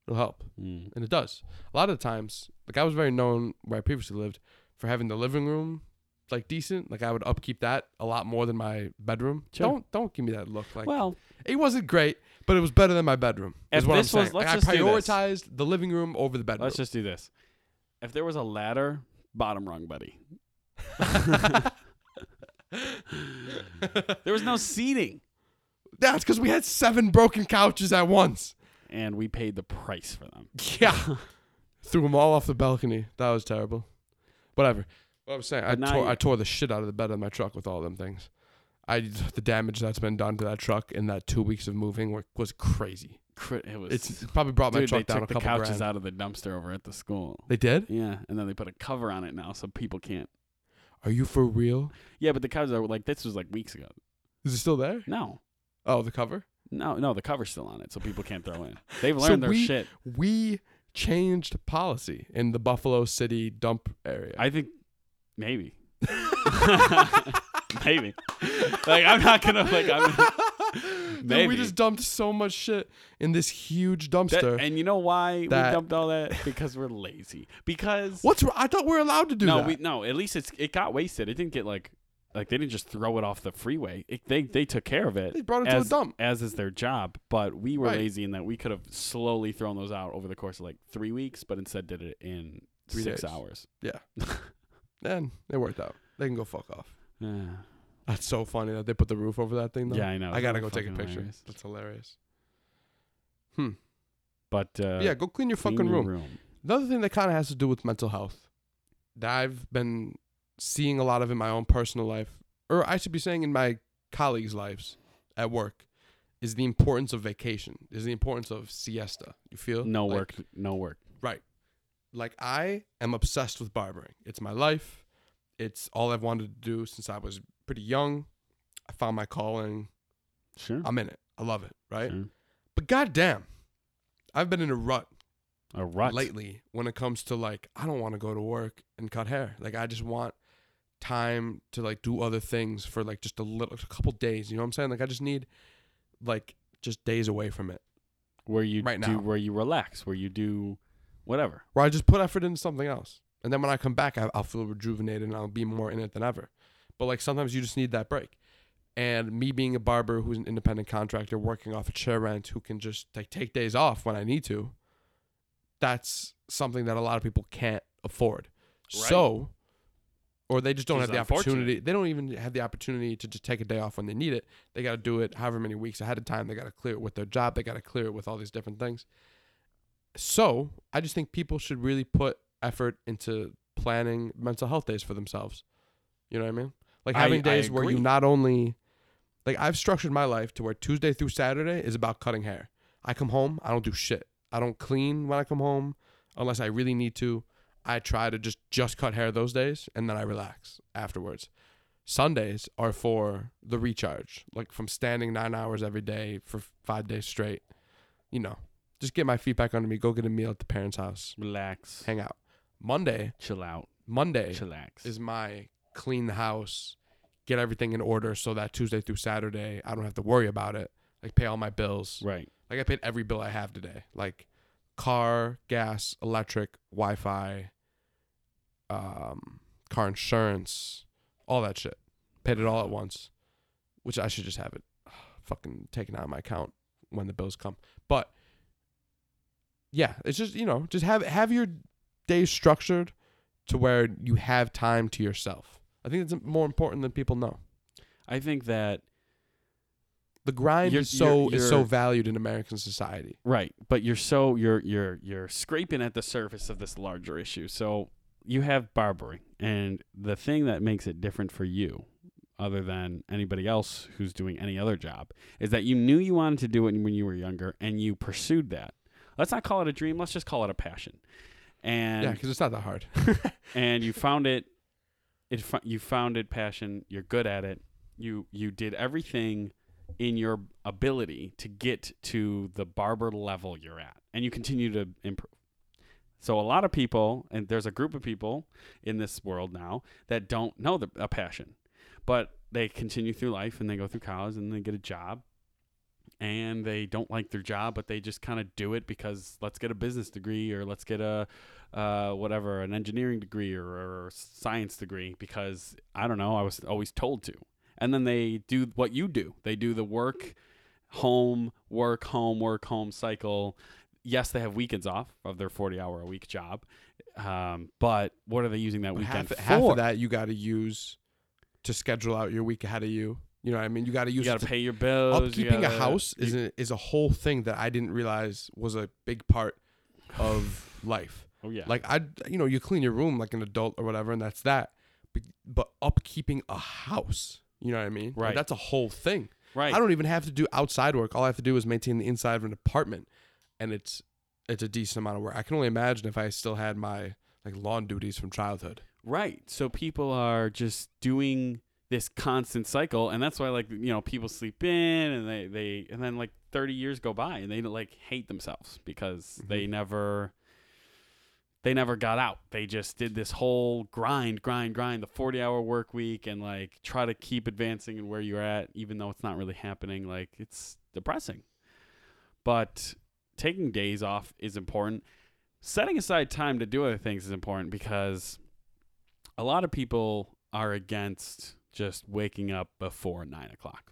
It'll help.
Mm.
And it does. A lot of the times, like I was very known where I previously lived for having the living room like decent. Like I would upkeep that a lot more than my bedroom.
Sure.
Don't don't give me that look. Like
well,
it wasn't great, but it was better than my bedroom. Is
If
what
this
I'm
was-
saying.
let's
Like,
just
I
do this.
prioritized the living room over the bedroom.
let's just do this. If there was a ladder, bottom rung, buddy. there was no seating,
That's because we had seven broken couches at once.
and we paid the price for them.
Yeah. Threw them all off the balcony. That was terrible. Whatever. What I was saying, I
But now
tore,
you-
I tore the shit out of the bed of my truck with all them things. I the damage that's been done to that truck in that two weeks of moving were, was crazy.
Cri- It was
It's oh, probably brought my
Dude,
truck
they
down
took
a
the
couple
couches
grand.
out of the dumpster over at the school.
They did?
Yeah, and then they put a cover on it now, so people can't.
Are you for real?
Yeah, but the couches are like this was like weeks ago.
Is it still there?
No,
Oh, the cover.
no, no, the cover's still on it, so people can't throw in. They've
So
learned their
we-
shit.
We changed policy in the Buffalo City dump area.
I think maybe, maybe. Like I'm not gonna like I'm.
Dude,
Maybe.
we just dumped so much shit in this huge
That-
dumpster.
and you know why
That-
we dumped all that? Because we're lazy. Because
What's wr- I thought we were allowed to do
no,
that.
we no. At least it's it got wasted. It didn't get like like they didn't just throw it off the freeway. It, they they took care of it.
they brought it to a
as,
dump.
as is their job. But we were
Right.
lazy in that we could have slowly thrown those out over the course of like three weeks, but instead did it in
Three
six
days.
hours.
And it worked out. They can go fuck off.
yeah,
That's so funny that they put the roof over that thing though.
I know.
I gotta go
Fucking
take a picture.
hilarious.
That's hilarious.
But uh,
yeah, go clean your
clean
fucking
your
room. Another thing that kind of has to do with mental health that I've been seeing a lot of in my own personal life, or I should be saying in my colleagues' lives at work, is the importance of vacation. Is the importance of siesta. You feel
No
Like,
work. No work.
like I am obsessed with barbering. It's my life. It's all I've wanted to do since I was pretty young. I found my calling.
Sure.
I'm in it. I love it, right?
Sure.
But goddamn, I've been in a rut
A rut.
lately when it comes to like I don't want to go to work and cut hair. Like I just want time to like do other things for like just a little a couple days, you know what I'm saying? Like I just need like just days away from it.
where you
right
do
now.
where you relax, where you do whatever.
Where I just put effort into something else. And then when I come back, I, I'll feel rejuvenated and I'll be more in it than ever. But like sometimes you just need that break. And me being a barber who's an independent contractor working off a chair rent who can just like take days off when I need to, that's something that a lot of people can't afford.
Right.
So, or they just don't
Which
have
is
the
unfortunate.
opportunity. They don't even have the opportunity to just take a day off when they need it. They got to do it however many weeks ahead of time. They got to clear it with their job. They got to clear it with all these different things. So, I just think people should really put effort into planning mental health days for themselves. You know what I mean? Like
I-
having
I
days where you
agree.
not only like I've structured my life to where Tuesday through Saturday is about cutting hair. I come home, I don't do shit. I don't clean when I come home unless I really need to. I try to just just cut hair those days and then I relax afterwards. Sundays are for the recharge, like from standing 9 hours every day for 5 days straight. You know, just get my feet back under me, go get a meal at the parents' house,
Relax.
hang out. Monday,
Chill out.
Monday
Chillax.
is my clean the house, get everything in order so that Tuesday through Saturday I don't have to worry about it. Like pay all my bills.
right.
Like I paid every bill I have today. Like car, gas, electric, Wi-Fi, um, car insurance, all that shit. Paid it all at once, which I should just have it fucking taken out of my account when the bills come. But yeah, it's just you know just have have your days structured to where you have time to yourself. I think it's more important than people know.
I think that
The grind
You're-
is so
you're-
is so
you're-
valued in American society.
right, but you're so you're you're you're scraping at the surface of this larger issue. So you have barbering, and the thing that makes it different for you, other than anybody else who's doing any other job, is that you knew you wanted to do it when you were younger, and you pursued that. Let's not call it a dream. Let's just call it a passion. And
yeah, because it's not that hard.
and you found it it fo- you found it passion you're good at it you you did everything in your ability to get to the barber level you're at and you continue to improve so a lot of people and there's a group of people in this world now that don't know the, a passion but they continue through life and they go through college and they get a job and they don't like their job but they just kind of do it because let's get a business degree or let's get a uh, whatever, an engineering degree or, or science degree because I don't know, I was always told to. And then they do what you do. They do the work, home, work, home, work, home cycle. Yes, they have weekends off of their 40 hour a week job. Um, but what are they using that
But
weekend
half,
for?
half of that you got to use to schedule out your week ahead of you. You know what I mean? You got to
you
use
got
it
to
to
pay your bills. you
upkeeping a
gotta-
house is
you-
a, is a whole thing that I didn't realize was a big part of life.
oh, yeah.
Like I, you know, you clean your room like an adult or whatever, and that's that. But, but upkeeping a house, you know what I mean? Like,
Right.
that's a whole thing.
right.
I don't even have to do outside work. All I have to do is maintain the inside of an apartment, and it's it's a decent amount of work. I can only imagine if I still had my like lawn duties from childhood.
Right. So people are just doing this constant cycle and that's why like you know people sleep in and they they and then like 30 years go by and they like hate themselves because they
Mhm.
never they never got out. They just did this whole grind, grind, grind, the 40 hour work week and like try to keep advancing and where you're at, even though it's not really happening. Like it's depressing. But taking days off is important. Setting aside time to do other things is important because a lot of people are against just waking up before nine o'clock.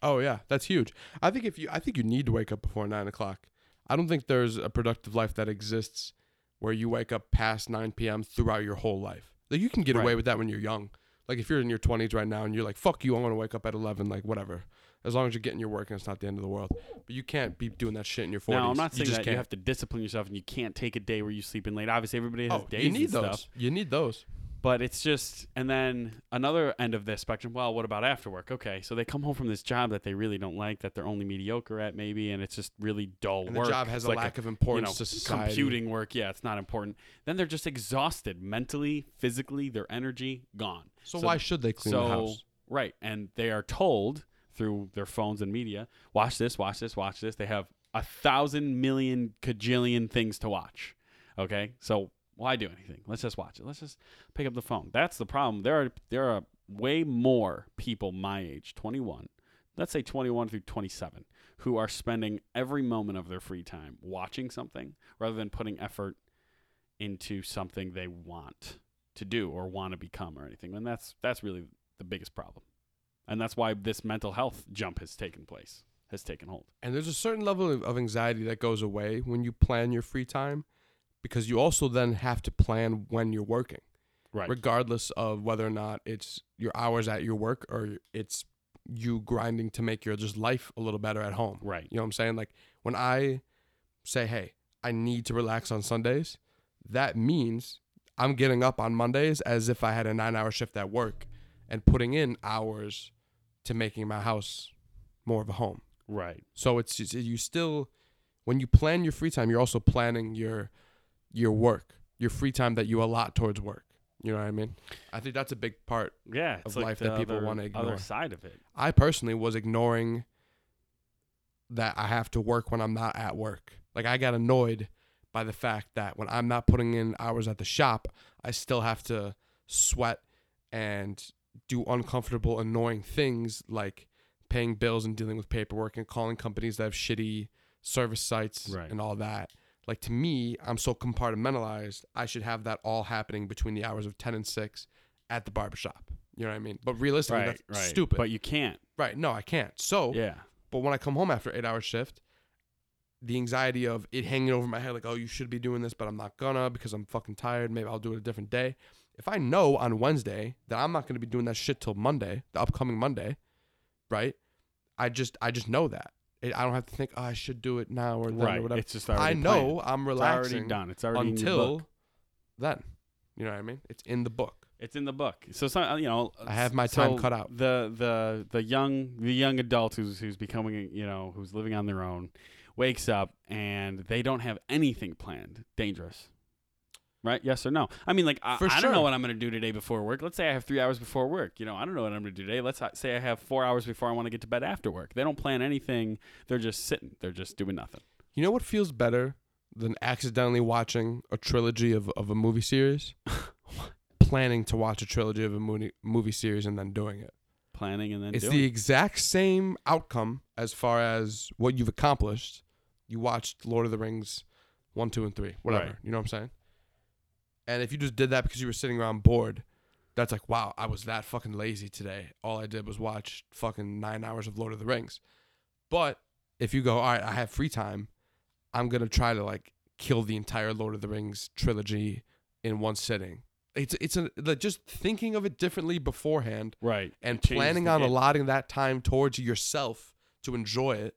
Oh yeah, that's huge. I think if you, I think you need to wake up before nine o'clock. I don't think there's a productive life that exists where you wake up past nine p.m. throughout your whole life. Like you can get away
Right.
with that when you're young. Like if you're in your twenties right now and you're like, "Fuck you, I'm gonna wake up at 11, Like whatever, as long as you're getting your work and it's not the end of the world. But you can't be doing that shit in your forties.
Now, I'm not saying
you just
that
can't.
you have to discipline yourself and you can't take a day where you sleep in late. Obviously, everybody has
oh,
days
you need
and
those.
stuff.
You need those.
But it's just, and then another end of this spectrum. Well, what about after work? Okay, so they come home from this job that they really don't like, that they're only mediocre at, maybe, and it's just really dull
And
work.
the job
It's
has a
like
lack of
you
importance
know,
to society.
computing work. Yeah, it's not important. Then they're just exhausted mentally, physically, their energy gone.
So,
So-
why should they clean the house?
Right. And they are told through their phones and media, watch this, watch this, watch this. They have a thousand million cajillion things to watch. Okay, so why do anything? Let's just watch it. Let's just pick up the phone. That's the problem. There are there are way more people my age, 21, let's say 21 through 27, who are spending every moment of their free time watching something rather than putting effort into something they want to do or want to become or anything. And that's that's really the biggest problem. And that's why this mental health jump has taken place, has taken hold.
And there's a certain level of, of anxiety that goes away when you plan your free time because you also then have to plan when you're working,
Right.
regardless of whether or not it's your hours at your work or it's you grinding to make your just life a little better at home.
right.
You know what I'm saying? Like when I say, "Hey, I need to relax on Sundays," that means I'm getting up on Mondays as if I had a 9-hour shift at work and putting in hours to making my house more of a home.
Right.
So it's just, you still when you plan your free time, you're also planning your your work, your free time that you allot towards work. You know what I mean? I think that's a big part
Yeah. It's
Of
like
life
the
that people
other-
wanna ignore.
Other side of it.
I personally was ignoring that I have to work when I'm not at work. Like I got annoyed by the fact that when I'm not putting in hours at the shop, I still have to sweat and do uncomfortable, annoying things like paying bills and dealing with paperwork and calling companies that have shitty service sites
Right.
and all that. Like to me, I'm so compartmentalized. I should have that all happening between the hours of 10 and 6 at the barbershop. You know what I mean? But realistically,
Right.
that's
right.
stupid. Oh,
But you can't.
Right. No, I can't. So,
Yeah.
but when I come home after eight hour shift, the anxiety of it hanging over my head, like, oh, you should be doing this, but I'm not gonna because I'm fucking tired. Maybe I'll do it a different day. If I know on Wednesday that I'm not gonna be doing that shit till Monday, the upcoming Monday, right? I just, I just know that. It, I don't have to think, oh, I should do it now or then or
Right.
whatever.
It's just
I
already planned.
know I'm
It's
relaxing
already done. It's already in your book.
until then. You know what I mean? It's in the book.
It's in the book. So some, uh, you know,
I have my time
so
cut out.
The the the young the young adult who's who's becoming you know who's living on their own wakes up and they don't have anything planned. Dangerous, right? Yes or no? I mean, like I,
For
I don't know
sure.
what I'm going to do today before work. Let's say I have three hours before work. You know, I don't know what I'm going to do today. Let's ha- say I have four hours before I want to get to bed after work. They don't plan anything. They're just sitting. They're just doing nothing.
You know what feels better than accidentally watching a trilogy of, of a movie series? Planning to watch a trilogy of a movie, movie series and then doing it.
Planning and then
it's
doing.
the exact same outcome as far as what you've accomplished. You watched Lord of the Rings 1, 2, and 3, whatever.
Right.
You know what I'm saying? And if you just did that because you were sitting around bored, that's like, wow, I was that fucking lazy today. All I did was watch fucking nine hours of Lord of the Rings. But if you go, all right, I have free time, I'm going to try to like kill the entire Lord of the Rings trilogy in one sitting. It's, it's a, like, just thinking of it differently beforehand
right
and
It changes
planning
the
on
game.
allotting that time towards yourself to enjoy it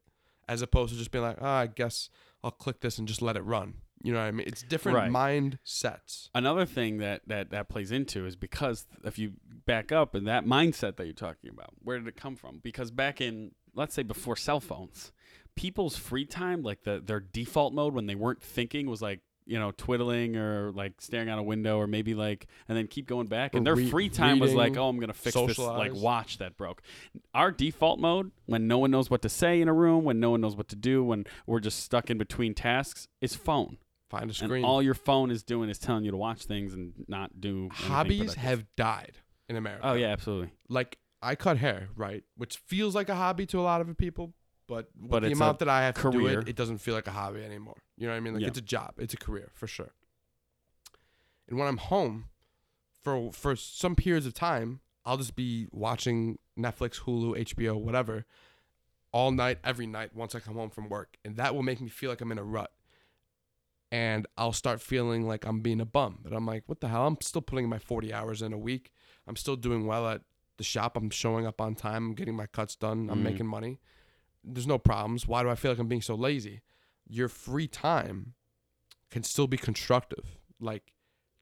as opposed to just being like, oh, I guess I'll click this and just let it run. You know what I mean? It's different
Right.
mindsets.
another thing that, that that plays into is because if you back up and that mindset that you're talking about where did it come from because back in let's say before cell phones people's free time like the their default mode when they weren't thinking was like you know twiddling or like staring out a window or maybe like and then keep going back and
Or
their
re-
free time was like
reading,
oh i'm gonna fix this like
socialize.
watch that broke our default mode when no one knows what to say in a room when no one knows what to do when we're just stuck in between tasks is phone
Find a
and
screen.
all your phone is doing is telling you to watch things and not do anything
Hobbies
productive.
have died in America.
Oh yeah, absolutely.
Like I cut hair, right? Which feels like a hobby to a lot of people, but, with
But
the
it's a
amount that I have to do
career.
it, it doesn't feel like a hobby anymore. You know what I mean? Like
Yeah.
it's a job, it's a career for sure. And when I'm home, for for some periods of time, I'll just be watching Netflix, Hulu, HBO, whatever, all night, every night. Once I come home from work, and that will make me feel like I'm in a rut, and I'll start feeling like I'm being a bum. That I'm like, what the hell? I'm still putting my 40 hours in a week. I'm still doing well at the shop. I'm showing up on time. I'm getting my cuts done. I'm
Mhm.
making money. There's no problems. Why do I feel like I'm being so lazy? Your free time can still be constructive. Like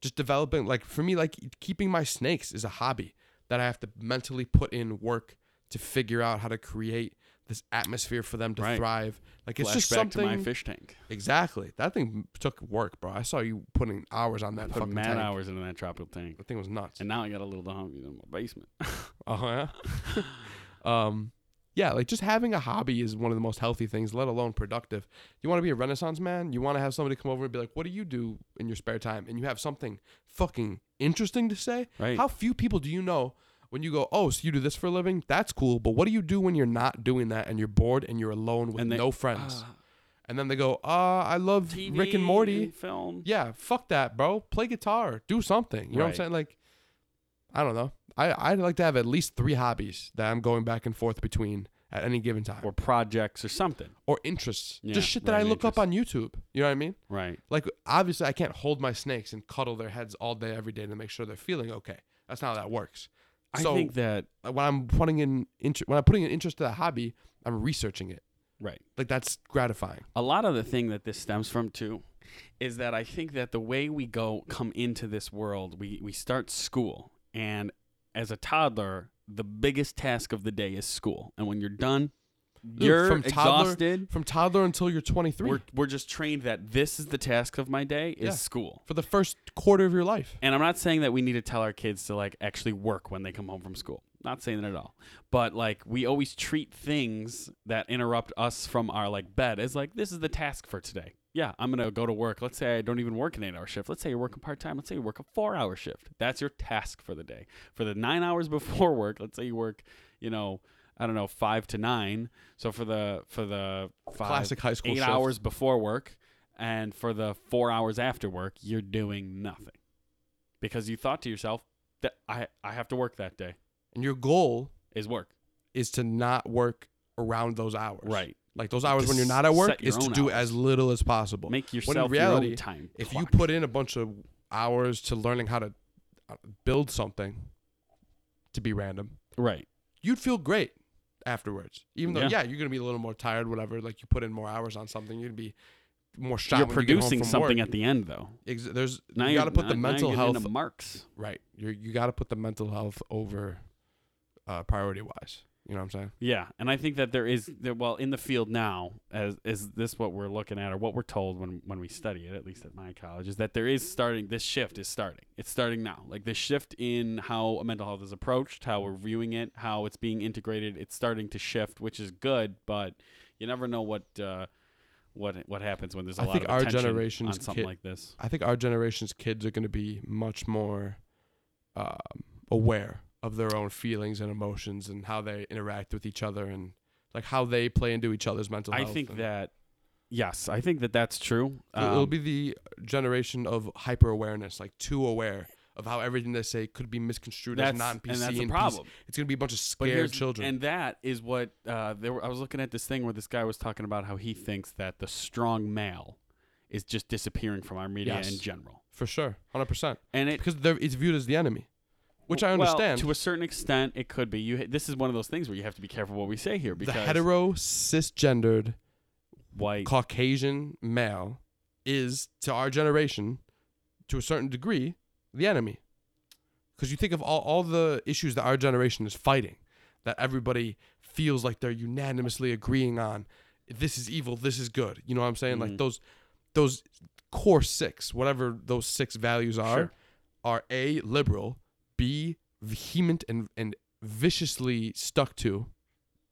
just developing like for me like keeping my snakes is a hobby that I have to mentally put in work to figure out how to create this atmosphere for them to
Right.
thrive. Like it's
Flashback
just
to my
something
fish tank.
exactly. That thing took work, bro. I saw you putting hours on that
Put
fucking
mad
tank.
hours into that tropical tank,
That thing was nuts.
and now I got a little dog in my basement.
Uh huh. um, yeah, like just having a hobby is one of the most healthy things, let alone productive. You want to be a renaissance man? You want to have somebody come over and be like, "What do you do in your spare time?" and you have something fucking interesting to say?
Right.
How few people do you know when you go, "Oh, so you do this for a living?" That's cool, but what do you do when you're not doing that and you're bored and you're alone with
And they- Ah.
no friends? and then they go, "Uh, I love Rick and Morty."
film.
yeah, fuck that, bro. Play guitar, do something. You know what I'm
Right.
saying? Like, I don't know. I I'd like to have at least three hobbies that I'm going back and forth between at any given time,
or
or,
projects or something.
interests,
Yeah,
just shit that
right,
I
an
look up on YouTube. You know what I mean?
Right.
Like, obviously, I can't hold my snakes and cuddle their heads all day every day to make sure they're feeling okay. That's not how that works. So
I think that
uh, when I'm putting in inter- when I'm putting an interest to that hobby, I'm researching it.
right.
Like that's gratifying.
A lot of the thing that this stems from too is that I think that the way we go come into this world, we we start school and as a toddler, the biggest task of the day is school. And when you're done, you're
from toddler-
exhausted.
From toddler until you're 23,
We're, we're just trained that this is the task of my day is
Yeah.
school.
for the first quarter of your life.
And I'm not saying that we need to tell our kids to like actually work when they come home from school. Not saying that at all. But like we always treat things that interrupt us from our like bed as like this is the task for today. Yeah, I'm gonna go to work. Let's say I don't even work an eight hour shift. Let's say you're working part time. Let's say you work a four hour shift. That's your task for the day. For the nine hours before work, let's say you work, you know, I don't know, five to nine. So for the for the five,
Classic high school
eight
shift.
hours before work and for the four hours after work you're doing nothing because you thought to yourself that i, I have to work that day
And your goal
is work
is to not work around those hours.
right
Like those
To
hours when you're not at
s-
work
set your
is to
own
do
hours.
as little as possible.
make yourself your
reality,
own time
if
clock.
you put in a bunch of hours to learning how to uh, build something to be random,
right
you'd feel great afterwards. Even though,
Yeah.
yeah, you're going to be a little more tired, whatever. Like you put in more hours on something, you'd be more shot
you're
when you get home
producing
from
something
work.
at the end though
Ex- there's
now
you got to put
now-
the
now
mental
you're getting
health
into marks
right. You you got to put the mental health over uh, priority wise. You know what I'm saying?
yeah and i think that there is there, well in the field now as is this what we're looking at or what we're told when when we study it at least at my college is that there is starting this shift is starting it's starting now like this shift in how mental health is approached how we're viewing it how it's being integrated it's starting to shift which is good but you never know what uh what what happens when there's a
I
lot
think
of
our
attention
generation's
on something
kid-
like this
I think our generation's kids are going to be much more um, aware of their own feelings and emotions and how they interact with each other and like how they play into each other's mental
i
health.
think
and-
that yes i think that that's true
It'll- it'll
Um,
be the generation of hyper awareness, like too aware of how everything they say could be misconstrued as
that's,
non PC
and that's a
PC.
problem
It's going to be a bunch of
But
scared
here's,
children.
And that is what uh, there. Were, I was looking at this thing where this guy was talking about how he thinks that the strong male is just disappearing from our media
Yes.
in general,
for sure, hundred percent,
and it.
because they're, it's viewed as the enemy, which I
well,
understand.
to a certain extent, it could be. You. This is one of those things where you have to be careful what we say here
the
because
hetero cisgendered
white.
Caucasian male is to our generation, to a certain degree, the enemy. Because you think of all, all the issues that our generation is fighting, that everybody feels like they're unanimously agreeing on. This is evil. This is good. You know what I'm saying?
Mhm.
Like those, those core six, whatever those six values are,
Sure.
are a liberal, b vehement and and viciously stuck to,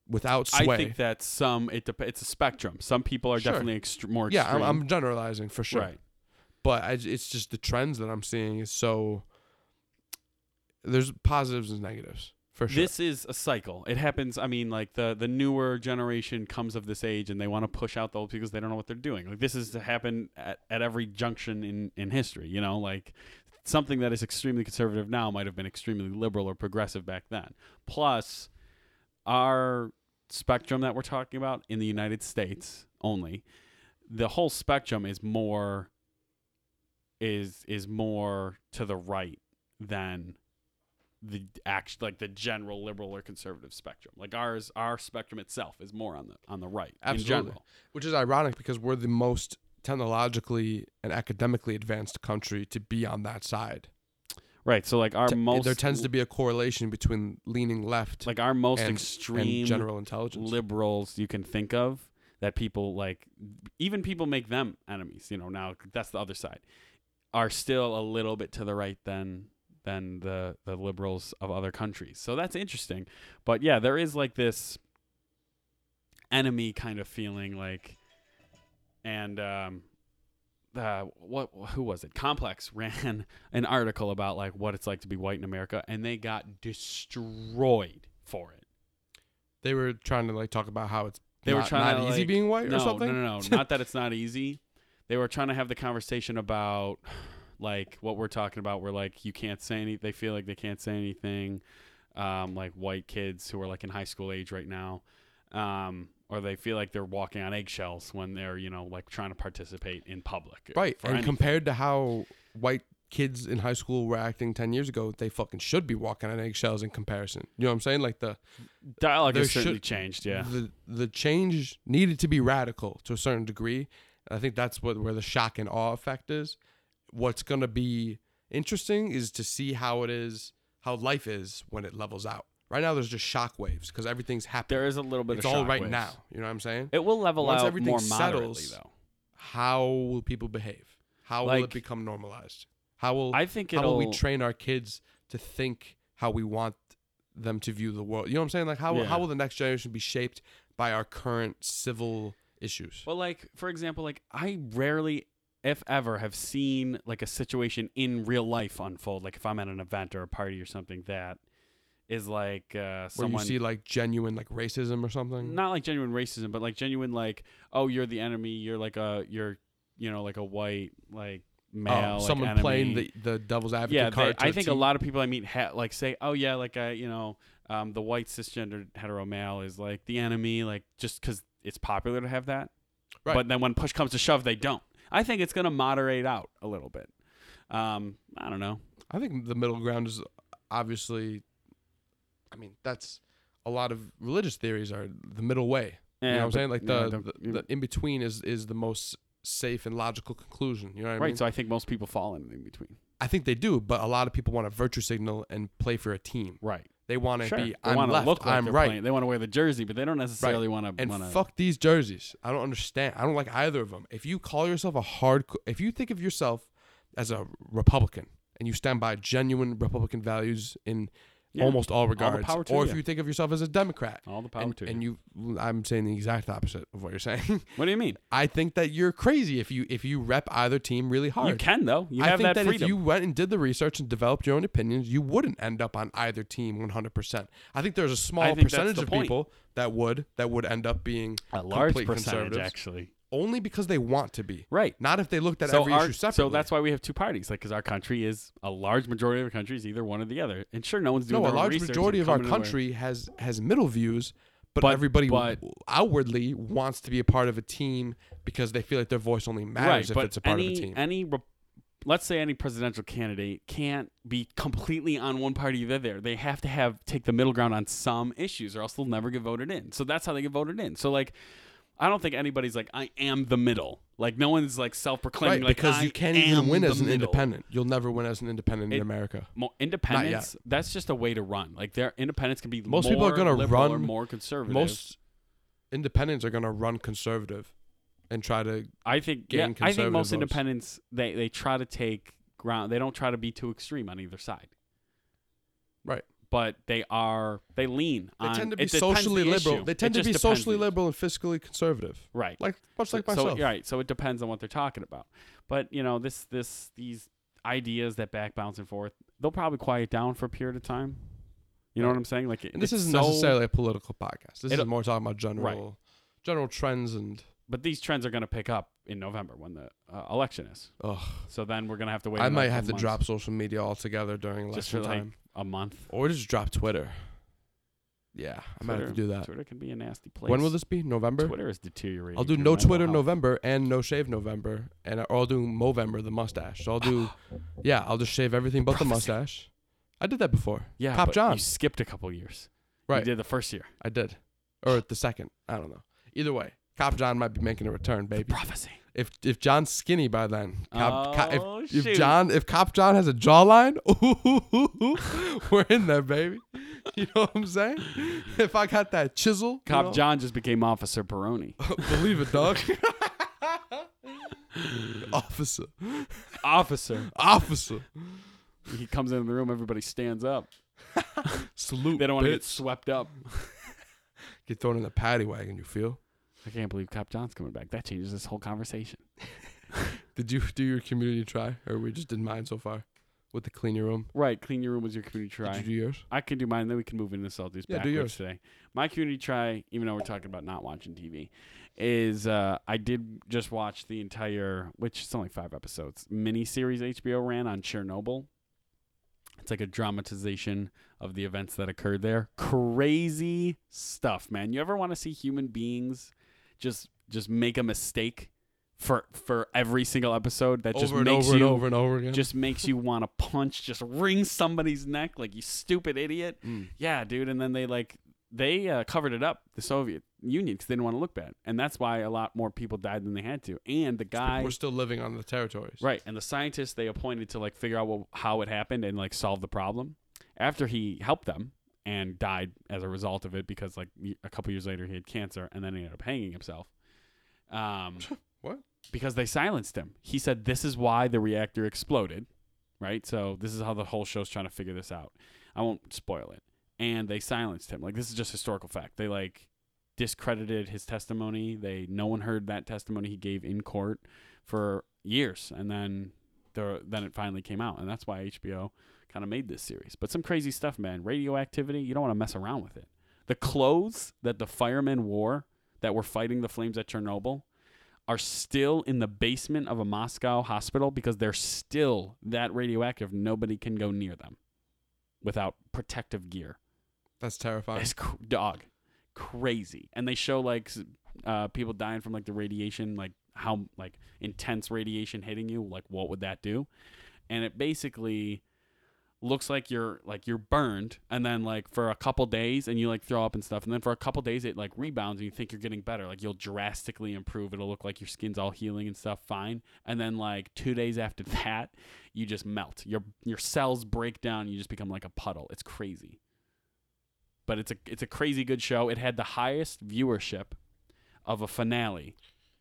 without sway.
I think that some. It dep- It's a spectrum. Some people are
Sure.
definitely extr more.
yeah, I'm,
extreme.
I'm generalizing for sure.
right.
but I, j- it's just the trends that I'm seeing is so there's positives and negatives for sure.
This is a cycle. It happens. I mean, like the the newer generation comes of this age, and they want to push out the old because they don't know what they're doing. Like this is to happen at, at every junction in in history. You know, like something that is extremely conservative now might have been extremely liberal or progressive back then. Plus, our spectrum that we're talking about in the United States only, the whole spectrum is more is is more to the right than the act like the general liberal or conservative spectrum. Like ours our spectrum itself is more on the on the right
Absolutely.
in general.
which is ironic because we're the most technologically and academically advanced country to be on that side.
Right. So like our
Te-
most
there tends to be a correlation between leaning left
like our most
and- and
extreme
and general intelligence.
liberals you can think of that people like even people make them enemies you know now that's the other side are still a little bit to the right than than the the liberals of other countries so that's interesting but yeah there is like this enemy kind of feeling, like, and um, uh, what who was it? Complex ran an article about like what it's like to be white in America, and they got destroyed for it.
They were trying to like talk about how it's
They
not,
were trying
not
to
easy
like-
being white
no,
or something.
No, no, no. not that it's not easy. They were trying to have the conversation about like what we're talking about. Where like you can't say any. They feel like they can't say anything. Um, like white kids who are like in high school age right now, um, or they feel like they're walking on eggshells when they're you know like trying to participate in public.
right.
for
And
anything.
compared to how white kids in high school were acting ten years ago, they fucking should be walking on eggshells in comparison. You know what I'm saying? Like the
dialogue
there
has certainly
should-
changed. Yeah.
the the change needed to be radical to a certain degree. I think that's what where the shock and awe effect is. What's gonna be interesting is to see how it is, how life is when it levels out. Right now, there's just shock waves because everything's happening.
There is a little bit
it's
of
all
shock
right
waves.
now. You know what I'm saying?
It will level
Once
out
everything
more
settles-
moderately
How will people behave? How will
Like-
it become normalized? How will
though. I think
how
it'll
will we train our kids to think how we want them to view the world? You know what I'm saying? Like how
Yeah.
how will the next generation be shaped by our current civil issues?
Well, like for example, like I rarely, if ever, have seen like a situation in real life unfold. Like if I'm at an event or a party or something that is like uh,
Where
someone
you see like genuine like racism or something.
not like genuine racism, but like genuine like oh you're the enemy, you're like a you're you know like a white like
Oh,
male, like,
someone
enemy.
playing the, the devil's advocate
yeah, they,
card. to
I
a
think a
T.
lot of people I meet ha- like say, "Oh yeah, like I, you know, um, the white cisgender hetero male is like the enemy," like just because it's popular to have that.
Right.
But then when push comes to shove, they don't. I think it's gonna moderate out a little bit. Um, I don't know.
I think the middle ground is obviously. I mean, that's a lot of religious theories are the middle way.
Yeah,
you
Eh,
know what I'm
but-
saying? Like
yeah,
the,
don't-
the, the in between is is the most safe and logical conclusion. You know what I
right.
mean?
So I think most people fall in, in between.
I think they do, but a lot of people want to virtue signal and play for a team.
Right.
They want to
Sure.
be
they
I'm
want to
left,
look like
I'm
they're
right,
playing. They want to wear the jersey, but they don't necessarily want to.
and
wanna,
fuck these jerseys. I don't understand. I don't like either of them. If you call yourself a hard, if you think of yourself as a Republican and you stand by genuine Republican values in
Yeah.
almost all regards,
power to
or if
you.
you think of yourself as a Democrat
all the power
and,
to you.
and you, I'm saying the exact opposite of what you're saying.
What do you mean?
I think that you're crazy if you if you rep either team really hard.
You can though. You
I
have
think
that, freedom.
if you went and did the research and developed your own opinions, you wouldn't end up on either team 100%. I think there's a small
think that's
percentage
the
of
point.
people that would that would end up being
a large
complete
percentage,
conservatives,
actually.
only because they want to be.
Right.
Not if they looked at every
our-
issue separately.
So that's why we have two parties, like because our country is a large majority of our country is either one or the other. And sure, no one's doing
no, a
their own
large
research and
majority of our
coming to where-
country has has middle views, but,
But-
everybody
but-
outwardly wants to be a part of a team because they feel like their voice only matters
right?
if
but
it's a part
any,
of a team.
any, re- let's say any presidential candidate can't be completely on one party or the other. They have to have take the middle ground on some issues, or else they'll never get voted in. So that's how they get voted in. So like, I don't think anybody's like, I am the middle. Like no one's like self-proclaiming
Right,
like
because
"I
you can't
am
even win
the
as an
middle."
independent. You'll never win as an independent in
It-
America.
Mo- independence. That's just a way to run. Like their independence can be
Most
more
people are gonna
liberal or
run-
more conservative.
most independents are going to run conservative and try to
I think
gain
yeah, I think
conservative
most
votes.
independents they they try to take ground. They don't try to be too extreme on either side.
Right.
But they are they lean.
they
on-
tend to be
it depends
socially
the
liberal
issue.
they
It
tend to
just
be
depends
socially
the-
liberal and fiscally conservative
Right.
like much like
so,
myself
So, right. So it depends on what they're talking about. But you know this this these ideas that back bounce and forth they'll probably quiet down for a period of time. You know
Right.
what I'm saying? Like it,
and this
it's
isn't
so-
necessarily a political podcast this is
It'll-
more talking about general general trends and
But these trends are going to pick up in November when the uh, election is.
ugh,
So then we're going to have to wait.
i
another
might have
couple
to
months,
drop social media altogether during
just
election
for like
time
a month.
or just drop twitter yeah i might have
Twitter-
to do that
Twitter can be a nasty place.
Uh, when will this be november
Twitter is deteriorating.
I'll do
your
no
mental
Twitter
health.
November and no shave November, and I- or I'll do Movember the mustache. So I'll do, yeah, I'll just shave everything but the
Prophecy.
mustache. I did that before.
Yeah,
Cop
but
John.
You skipped a couple years.
Right.
You did the first year.
I did, or the second. I don't know. Either way, Cop John might be making a return, baby.
Prophecy.
If if John's skinny by then, Cop, Co-
Oh,
if,
shoot.
if John if Cop John has a jawline, ooh, we're in there, baby. You know what I'm saying? If I got that chisel, you
Cop
know,
John just became Officer Peroni.
believe it, dog. Officer,
Officer.
officer.
He comes into the room. Everybody stands up.
Salute.
They don't want to get
bitch.
swept up.
Get thrown in the paddy wagon, you feel?
I can't believe Cop John's coming back. That changes this whole conversation.
Did you do your community try, or we just did mine so far with the clean your room?
Right, clean your room was your community try.
Did you do yours?
I can do mine, then we can move into Salty's
Yeah, do
backwards
yours.
today. My community try, even though we're talking about not watching TV, is uh, I did just watch the entire, which is only five episodes, mini series HBO ran on Chernobyl. It's like a dramatization of the events that occurred there. Crazy stuff, man. You ever want to see human beings just just make a mistake for for every single episode that just
over and
makes
over and
you
over and over again.
just makes you want to punch, just wring somebody's neck like you stupid idiot.
Mm.
Yeah, dude. And then they like they uh, covered it up, the Soviet Union, because they didn't want to look bad, and that's why a lot more people died than they had to. And the guy,
We're still living on the territories.
right, and the scientists they appointed to like figure out what, how it happened and like solve the problem. After he helped them and died as a result of it, because like y- a couple years later he had cancer and then he ended up hanging himself. Um,
What?
because they silenced him. He said, "This is why the reactor exploded." Right? So this is how the whole show's trying to figure this out. I won't spoil it. And they silenced him. Like this is just historical fact. They like discredited his testimony. They no one heard that testimony he gave in court for years, and then there then it finally came out, and that's why HBO kind of made this series. But some crazy stuff, man. Radioactivity. You don't want to mess around with it. The clothes that the firemen wore that were fighting the flames at Chernobyl are still in the basement of a Moscow hospital because they're still that radioactive. Nobody can go near them without protective gear.
That's terrifying.
It's cr- dog crazy, and they show like s- uh, people dying from like the radiation, like how like intense radiation hitting you. Like what would that do? And it basically looks like you're like you're burned and then like for a couple days and you like throw up and stuff and then for a couple days it like rebounds and you think you're getting better like you'll drastically improve it'll look like your skin's all healing and stuff fine and then like 2 days after that you just melt your your cells break down you just become like a puddle it's crazy but it's a it's a crazy good show it had the highest viewership of a finale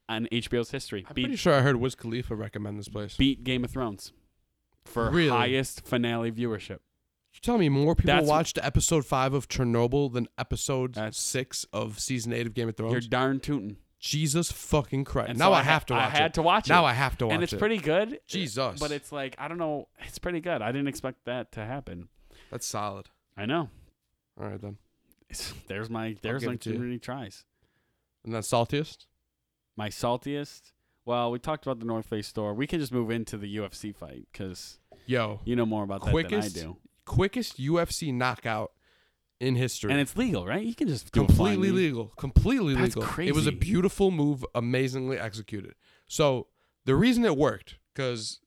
on HBO's history
I'm
Beat-
pretty sure I heard Wiz Khalifa recommend this place.
beat Game of Thrones for
Really?
highest finale viewership.
you tell me more people
That's-
watched episode five of Chernobyl than episode
That's-
six of season eight of Game of Thrones?
You're darn tootin'.
Jesus fucking Christ!
And
now
so
I,
ha-
have to watch
I had
it.
to watch
now
it.
I have to watch
and it's
it.
pretty good.
Jesus.
But it's like I don't know. It's pretty good. I didn't expect that to happen.
That's solid.
I know.
All right then.
It's, there's my there's
give
my
it to you.
community tries.
And that's saltiest.
My saltiest. Well, we talked about the North Face store. We can just move into the UFC fight because
Yo,
you know more about that
Quickest
than I do.
quickest UFC knockout in history.
And it's legal, right? You can just do a flying
completely
knee.
legal. Completely
That's
legal. It was a
crazy.
beautiful move, amazingly executed. So the reason it worked, because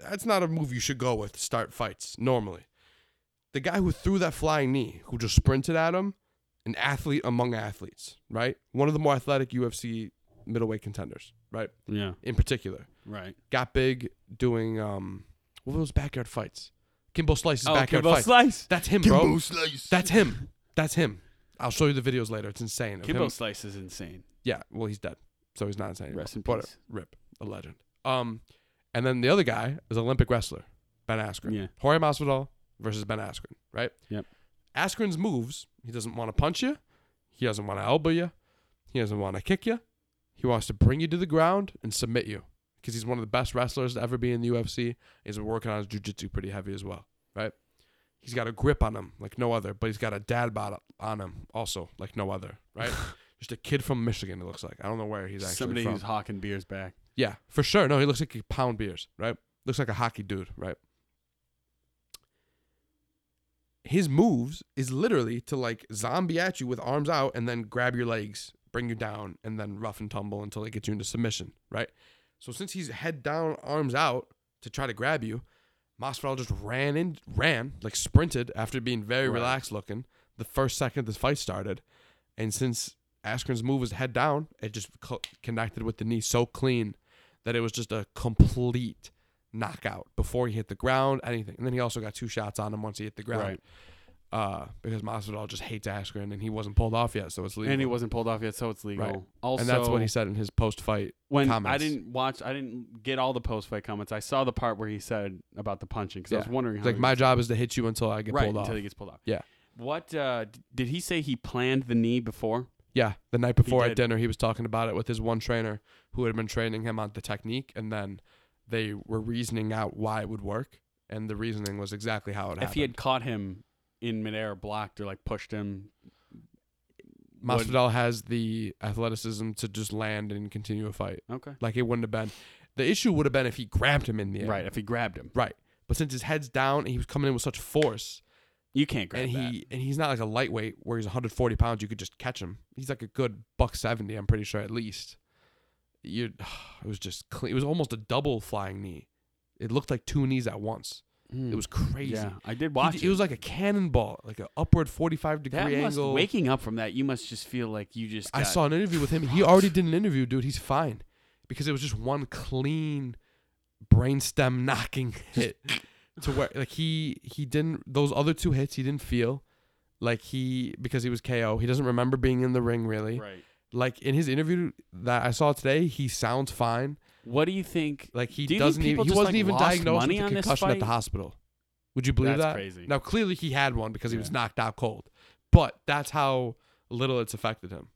that's not a move you should go with to start fights normally. The guy who threw that flying knee, who just sprinted at him, an athlete among athletes, right? One of the more athletic UFC middleweight contenders, right?
Yeah.
In particular,
Right.
got big doing um, what were those backyard fights? Kimbo Slice's
Oh,
backyard
Kimbo
fights.
Slice.
That's him, bro. That's him. That's him. I'll show you the videos later. It's insane. Of
Kimbo
him-
Slice is insane.
Yeah. Well, he's dead, so he's not insane. anymore.
Rest in
But,
peace.
Rip, a legend. Um, and then the other guy is Olympic wrestler Ben Askren.
Yeah.
Jorge Masvidal versus Ben Askren. Right.
Yep.
Askren's moves. He doesn't want to punch you. He doesn't want to elbow you. He doesn't want to kick you. He wants to bring you to the ground and submit you because he's one of the best wrestlers to ever be in the UFC. He's been working on his jiu-jitsu pretty heavy as well, right? He's got a grip on him like no other, but he's got a dad bod on him also like no other, right? Just a kid from Michigan, it looks like. I don't know where he's actually
Somebody
from.
who's hawking beers back.
Yeah, for sure. No, he looks like he could pound beers, right? Looks like a hockey dude, right? His moves is literally to like zombie at you with arms out and then grab your legs, bring you down, and then rough and tumble until they get you into submission, right? So since he's head down, arms out to try to grab you, Masvidal just ran in, ran like sprinted after being very
Right.
relaxed looking the first second this fight started, and since Askren's move was head down, it just co- connected with the knee so clean that it was just a complete knockout before he hit the ground, anything. And then he also got two shots on him once he hit the ground. Uh, because Masvidal just hates Askren and he wasn't pulled off yet, so it's legal.
And he wasn't pulled off yet, so it's legal.
Right.
Also,
and that's what he said in his post-fight.
when I
comments.
didn't watch, I didn't get all the post fight comments. I saw the part where he said about the punching because I was
Yeah.
wondering
He's
how
like,
he-
my job is to hit you until I get
right
pulled
until
off.
he gets pulled off.
Yeah.
What uh, d- did he say? He planned the knee before.
Yeah, the night before
did.
at dinner, he was talking about it with his one trainer who had been training him on the technique, and then they were reasoning out why it would work, and the reasoning was exactly how it
If
happened.
he had caught him in midair, blocked or like pushed him, would-
Masvidal has the athleticism to just land and continue a fight.
okay,
Like it wouldn't have been. The issue would have been if he grabbed him in the air.
right. If he grabbed him,
Right. But since his head's down and he was coming in with such force,
you can't grab
and
that.
he and he's not like a lightweight where he's 140 pounds, you could just catch him. He's like a good buck 70, I'm pretty sure at least. You, it was just clean. It was almost a double flying knee. It looked like two knees at once.
Hmm.
It was crazy.
Yeah, I did
He-
watch
it. was like a cannonball, like an upward 45 degree
that must,
angle.
waking up from that, you must just feel like you just.
I
got-
saw an interview with him. He already did an interview, dude. He's fine because it was just one clean brainstem knocking hit to where like he he didn't those other two hits he didn't feel like he because he was KO. He doesn't remember being in the ring really.
Right.
Like in his interview that I saw today, he sounds fine.
What do you think?
Like he
Do you think
doesn't even
people
he
just,
wasn't
like,
even
lost
diagnosed
money
with a
on this
concussion at
fight?
the hospital. Would you believe
That's
that?
crazy.
Now clearly he had one because he was
Yeah.
knocked out cold. But that's how little it's affected him,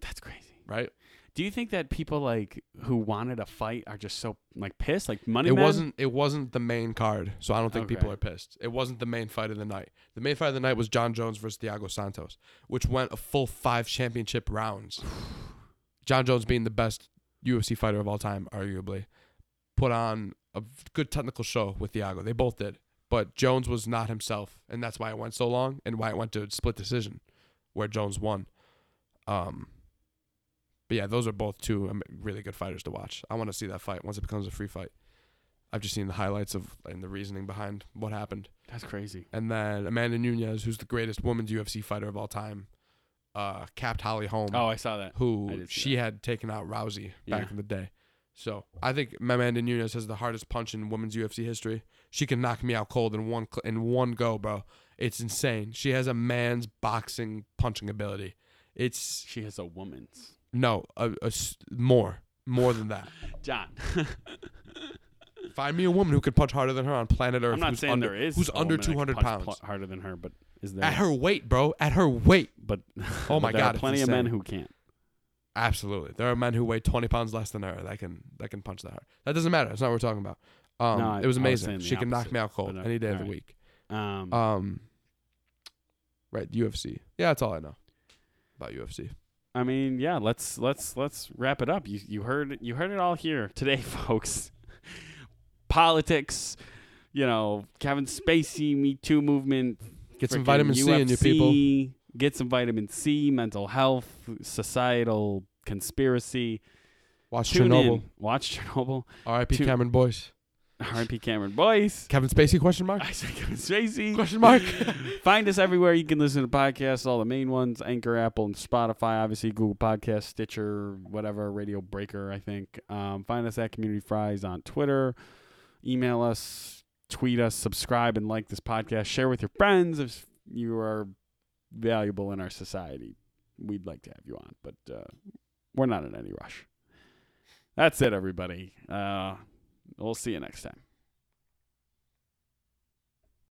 That's crazy.
right?
Do you think that people like who wanted a fight are just so like pissed? Like money.
it
men?
wasn't it wasn't the main card, so I don't think people
Okay.
are pissed. It wasn't the main fight of the night. The main fight of the night was John Jones versus Thiago Santos, which went a full five championship rounds. John Jones being the best UFC fighter of all time, arguably, put on a v- good technical show with Thiago. They both did, but Jones was not himself, and that's why it went so long and why it went to a split decision, where Jones won. Um, but yeah, those are both two um, really good fighters to watch. I want to see that fight once it becomes a free fight. I've just seen the highlights of and the reasoning behind what happened.
That's crazy.
And then Amanda Nunez, who's the greatest women's UFC fighter of all time, uh, capped Holly Holm,
Oh, I saw that. I
who
did see
she had taken out Rousey back
Yeah.
in the day. So I think Amanda Nunez has the hardest punch in women's UFC history. She can knock me out cold in one cl- in one go, bro. It's insane. She has a man's boxing punching ability. It's
She has a woman's.
no, a, a s- more, more than that.
John.
Find me a woman who could punch harder than her on planet Earth.
I'm not
who's
saying
under,
there is.
who's
a
under
woman that can
200
punch
pounds
pl- harder than her, but is there?
at her weight, bro. At her weight.
But
Oh
but
my
there
God,
are
it's
plenty of men
insane.
who can't.
Absolutely, there are men who weigh 20 pounds less than her that can that can punch that hard. That doesn't matter. That's not what we're talking about. Um,
No, I-
it was
I was
amazing.
saying the
she can knock
opposite,
me out cold
but, uh,
any day of the
alright.
week.
Um,
Um, right, UFC. Yeah, that's all I know about UFC.
I mean, yeah. Let's let's let's wrap it up. You you heard you heard it all here today, folks. Politics, you know, Kevin Spacey, Me Too movement,
Get some
frickin'
vitamin C in you, people.
UFC, Get some vitamin C, mental health, societal conspiracy.
Watch
Tune
Chernobyl.
in. Watch Chernobyl.
R.I.P.
Tune-
Cameron Boyce.
R.I.P. Cameron Boyce.
Kevin Spacey? Question mark.
I said Kevin Spacey.
Question mark.
Find us everywhere you can listen to podcasts, all the main ones Anchor, Apple, and Spotify, obviously Google Podcasts, Stitcher, whatever, Radio Breaker, I think. Um, find us at Community Fries on Twitter. Email us, tweet us, subscribe, and like this podcast. Share with your friends if you are valuable in our society. We'd like to have you on, but uh, we're not in any rush. That's it, everybody. Uh, we'll see you next time.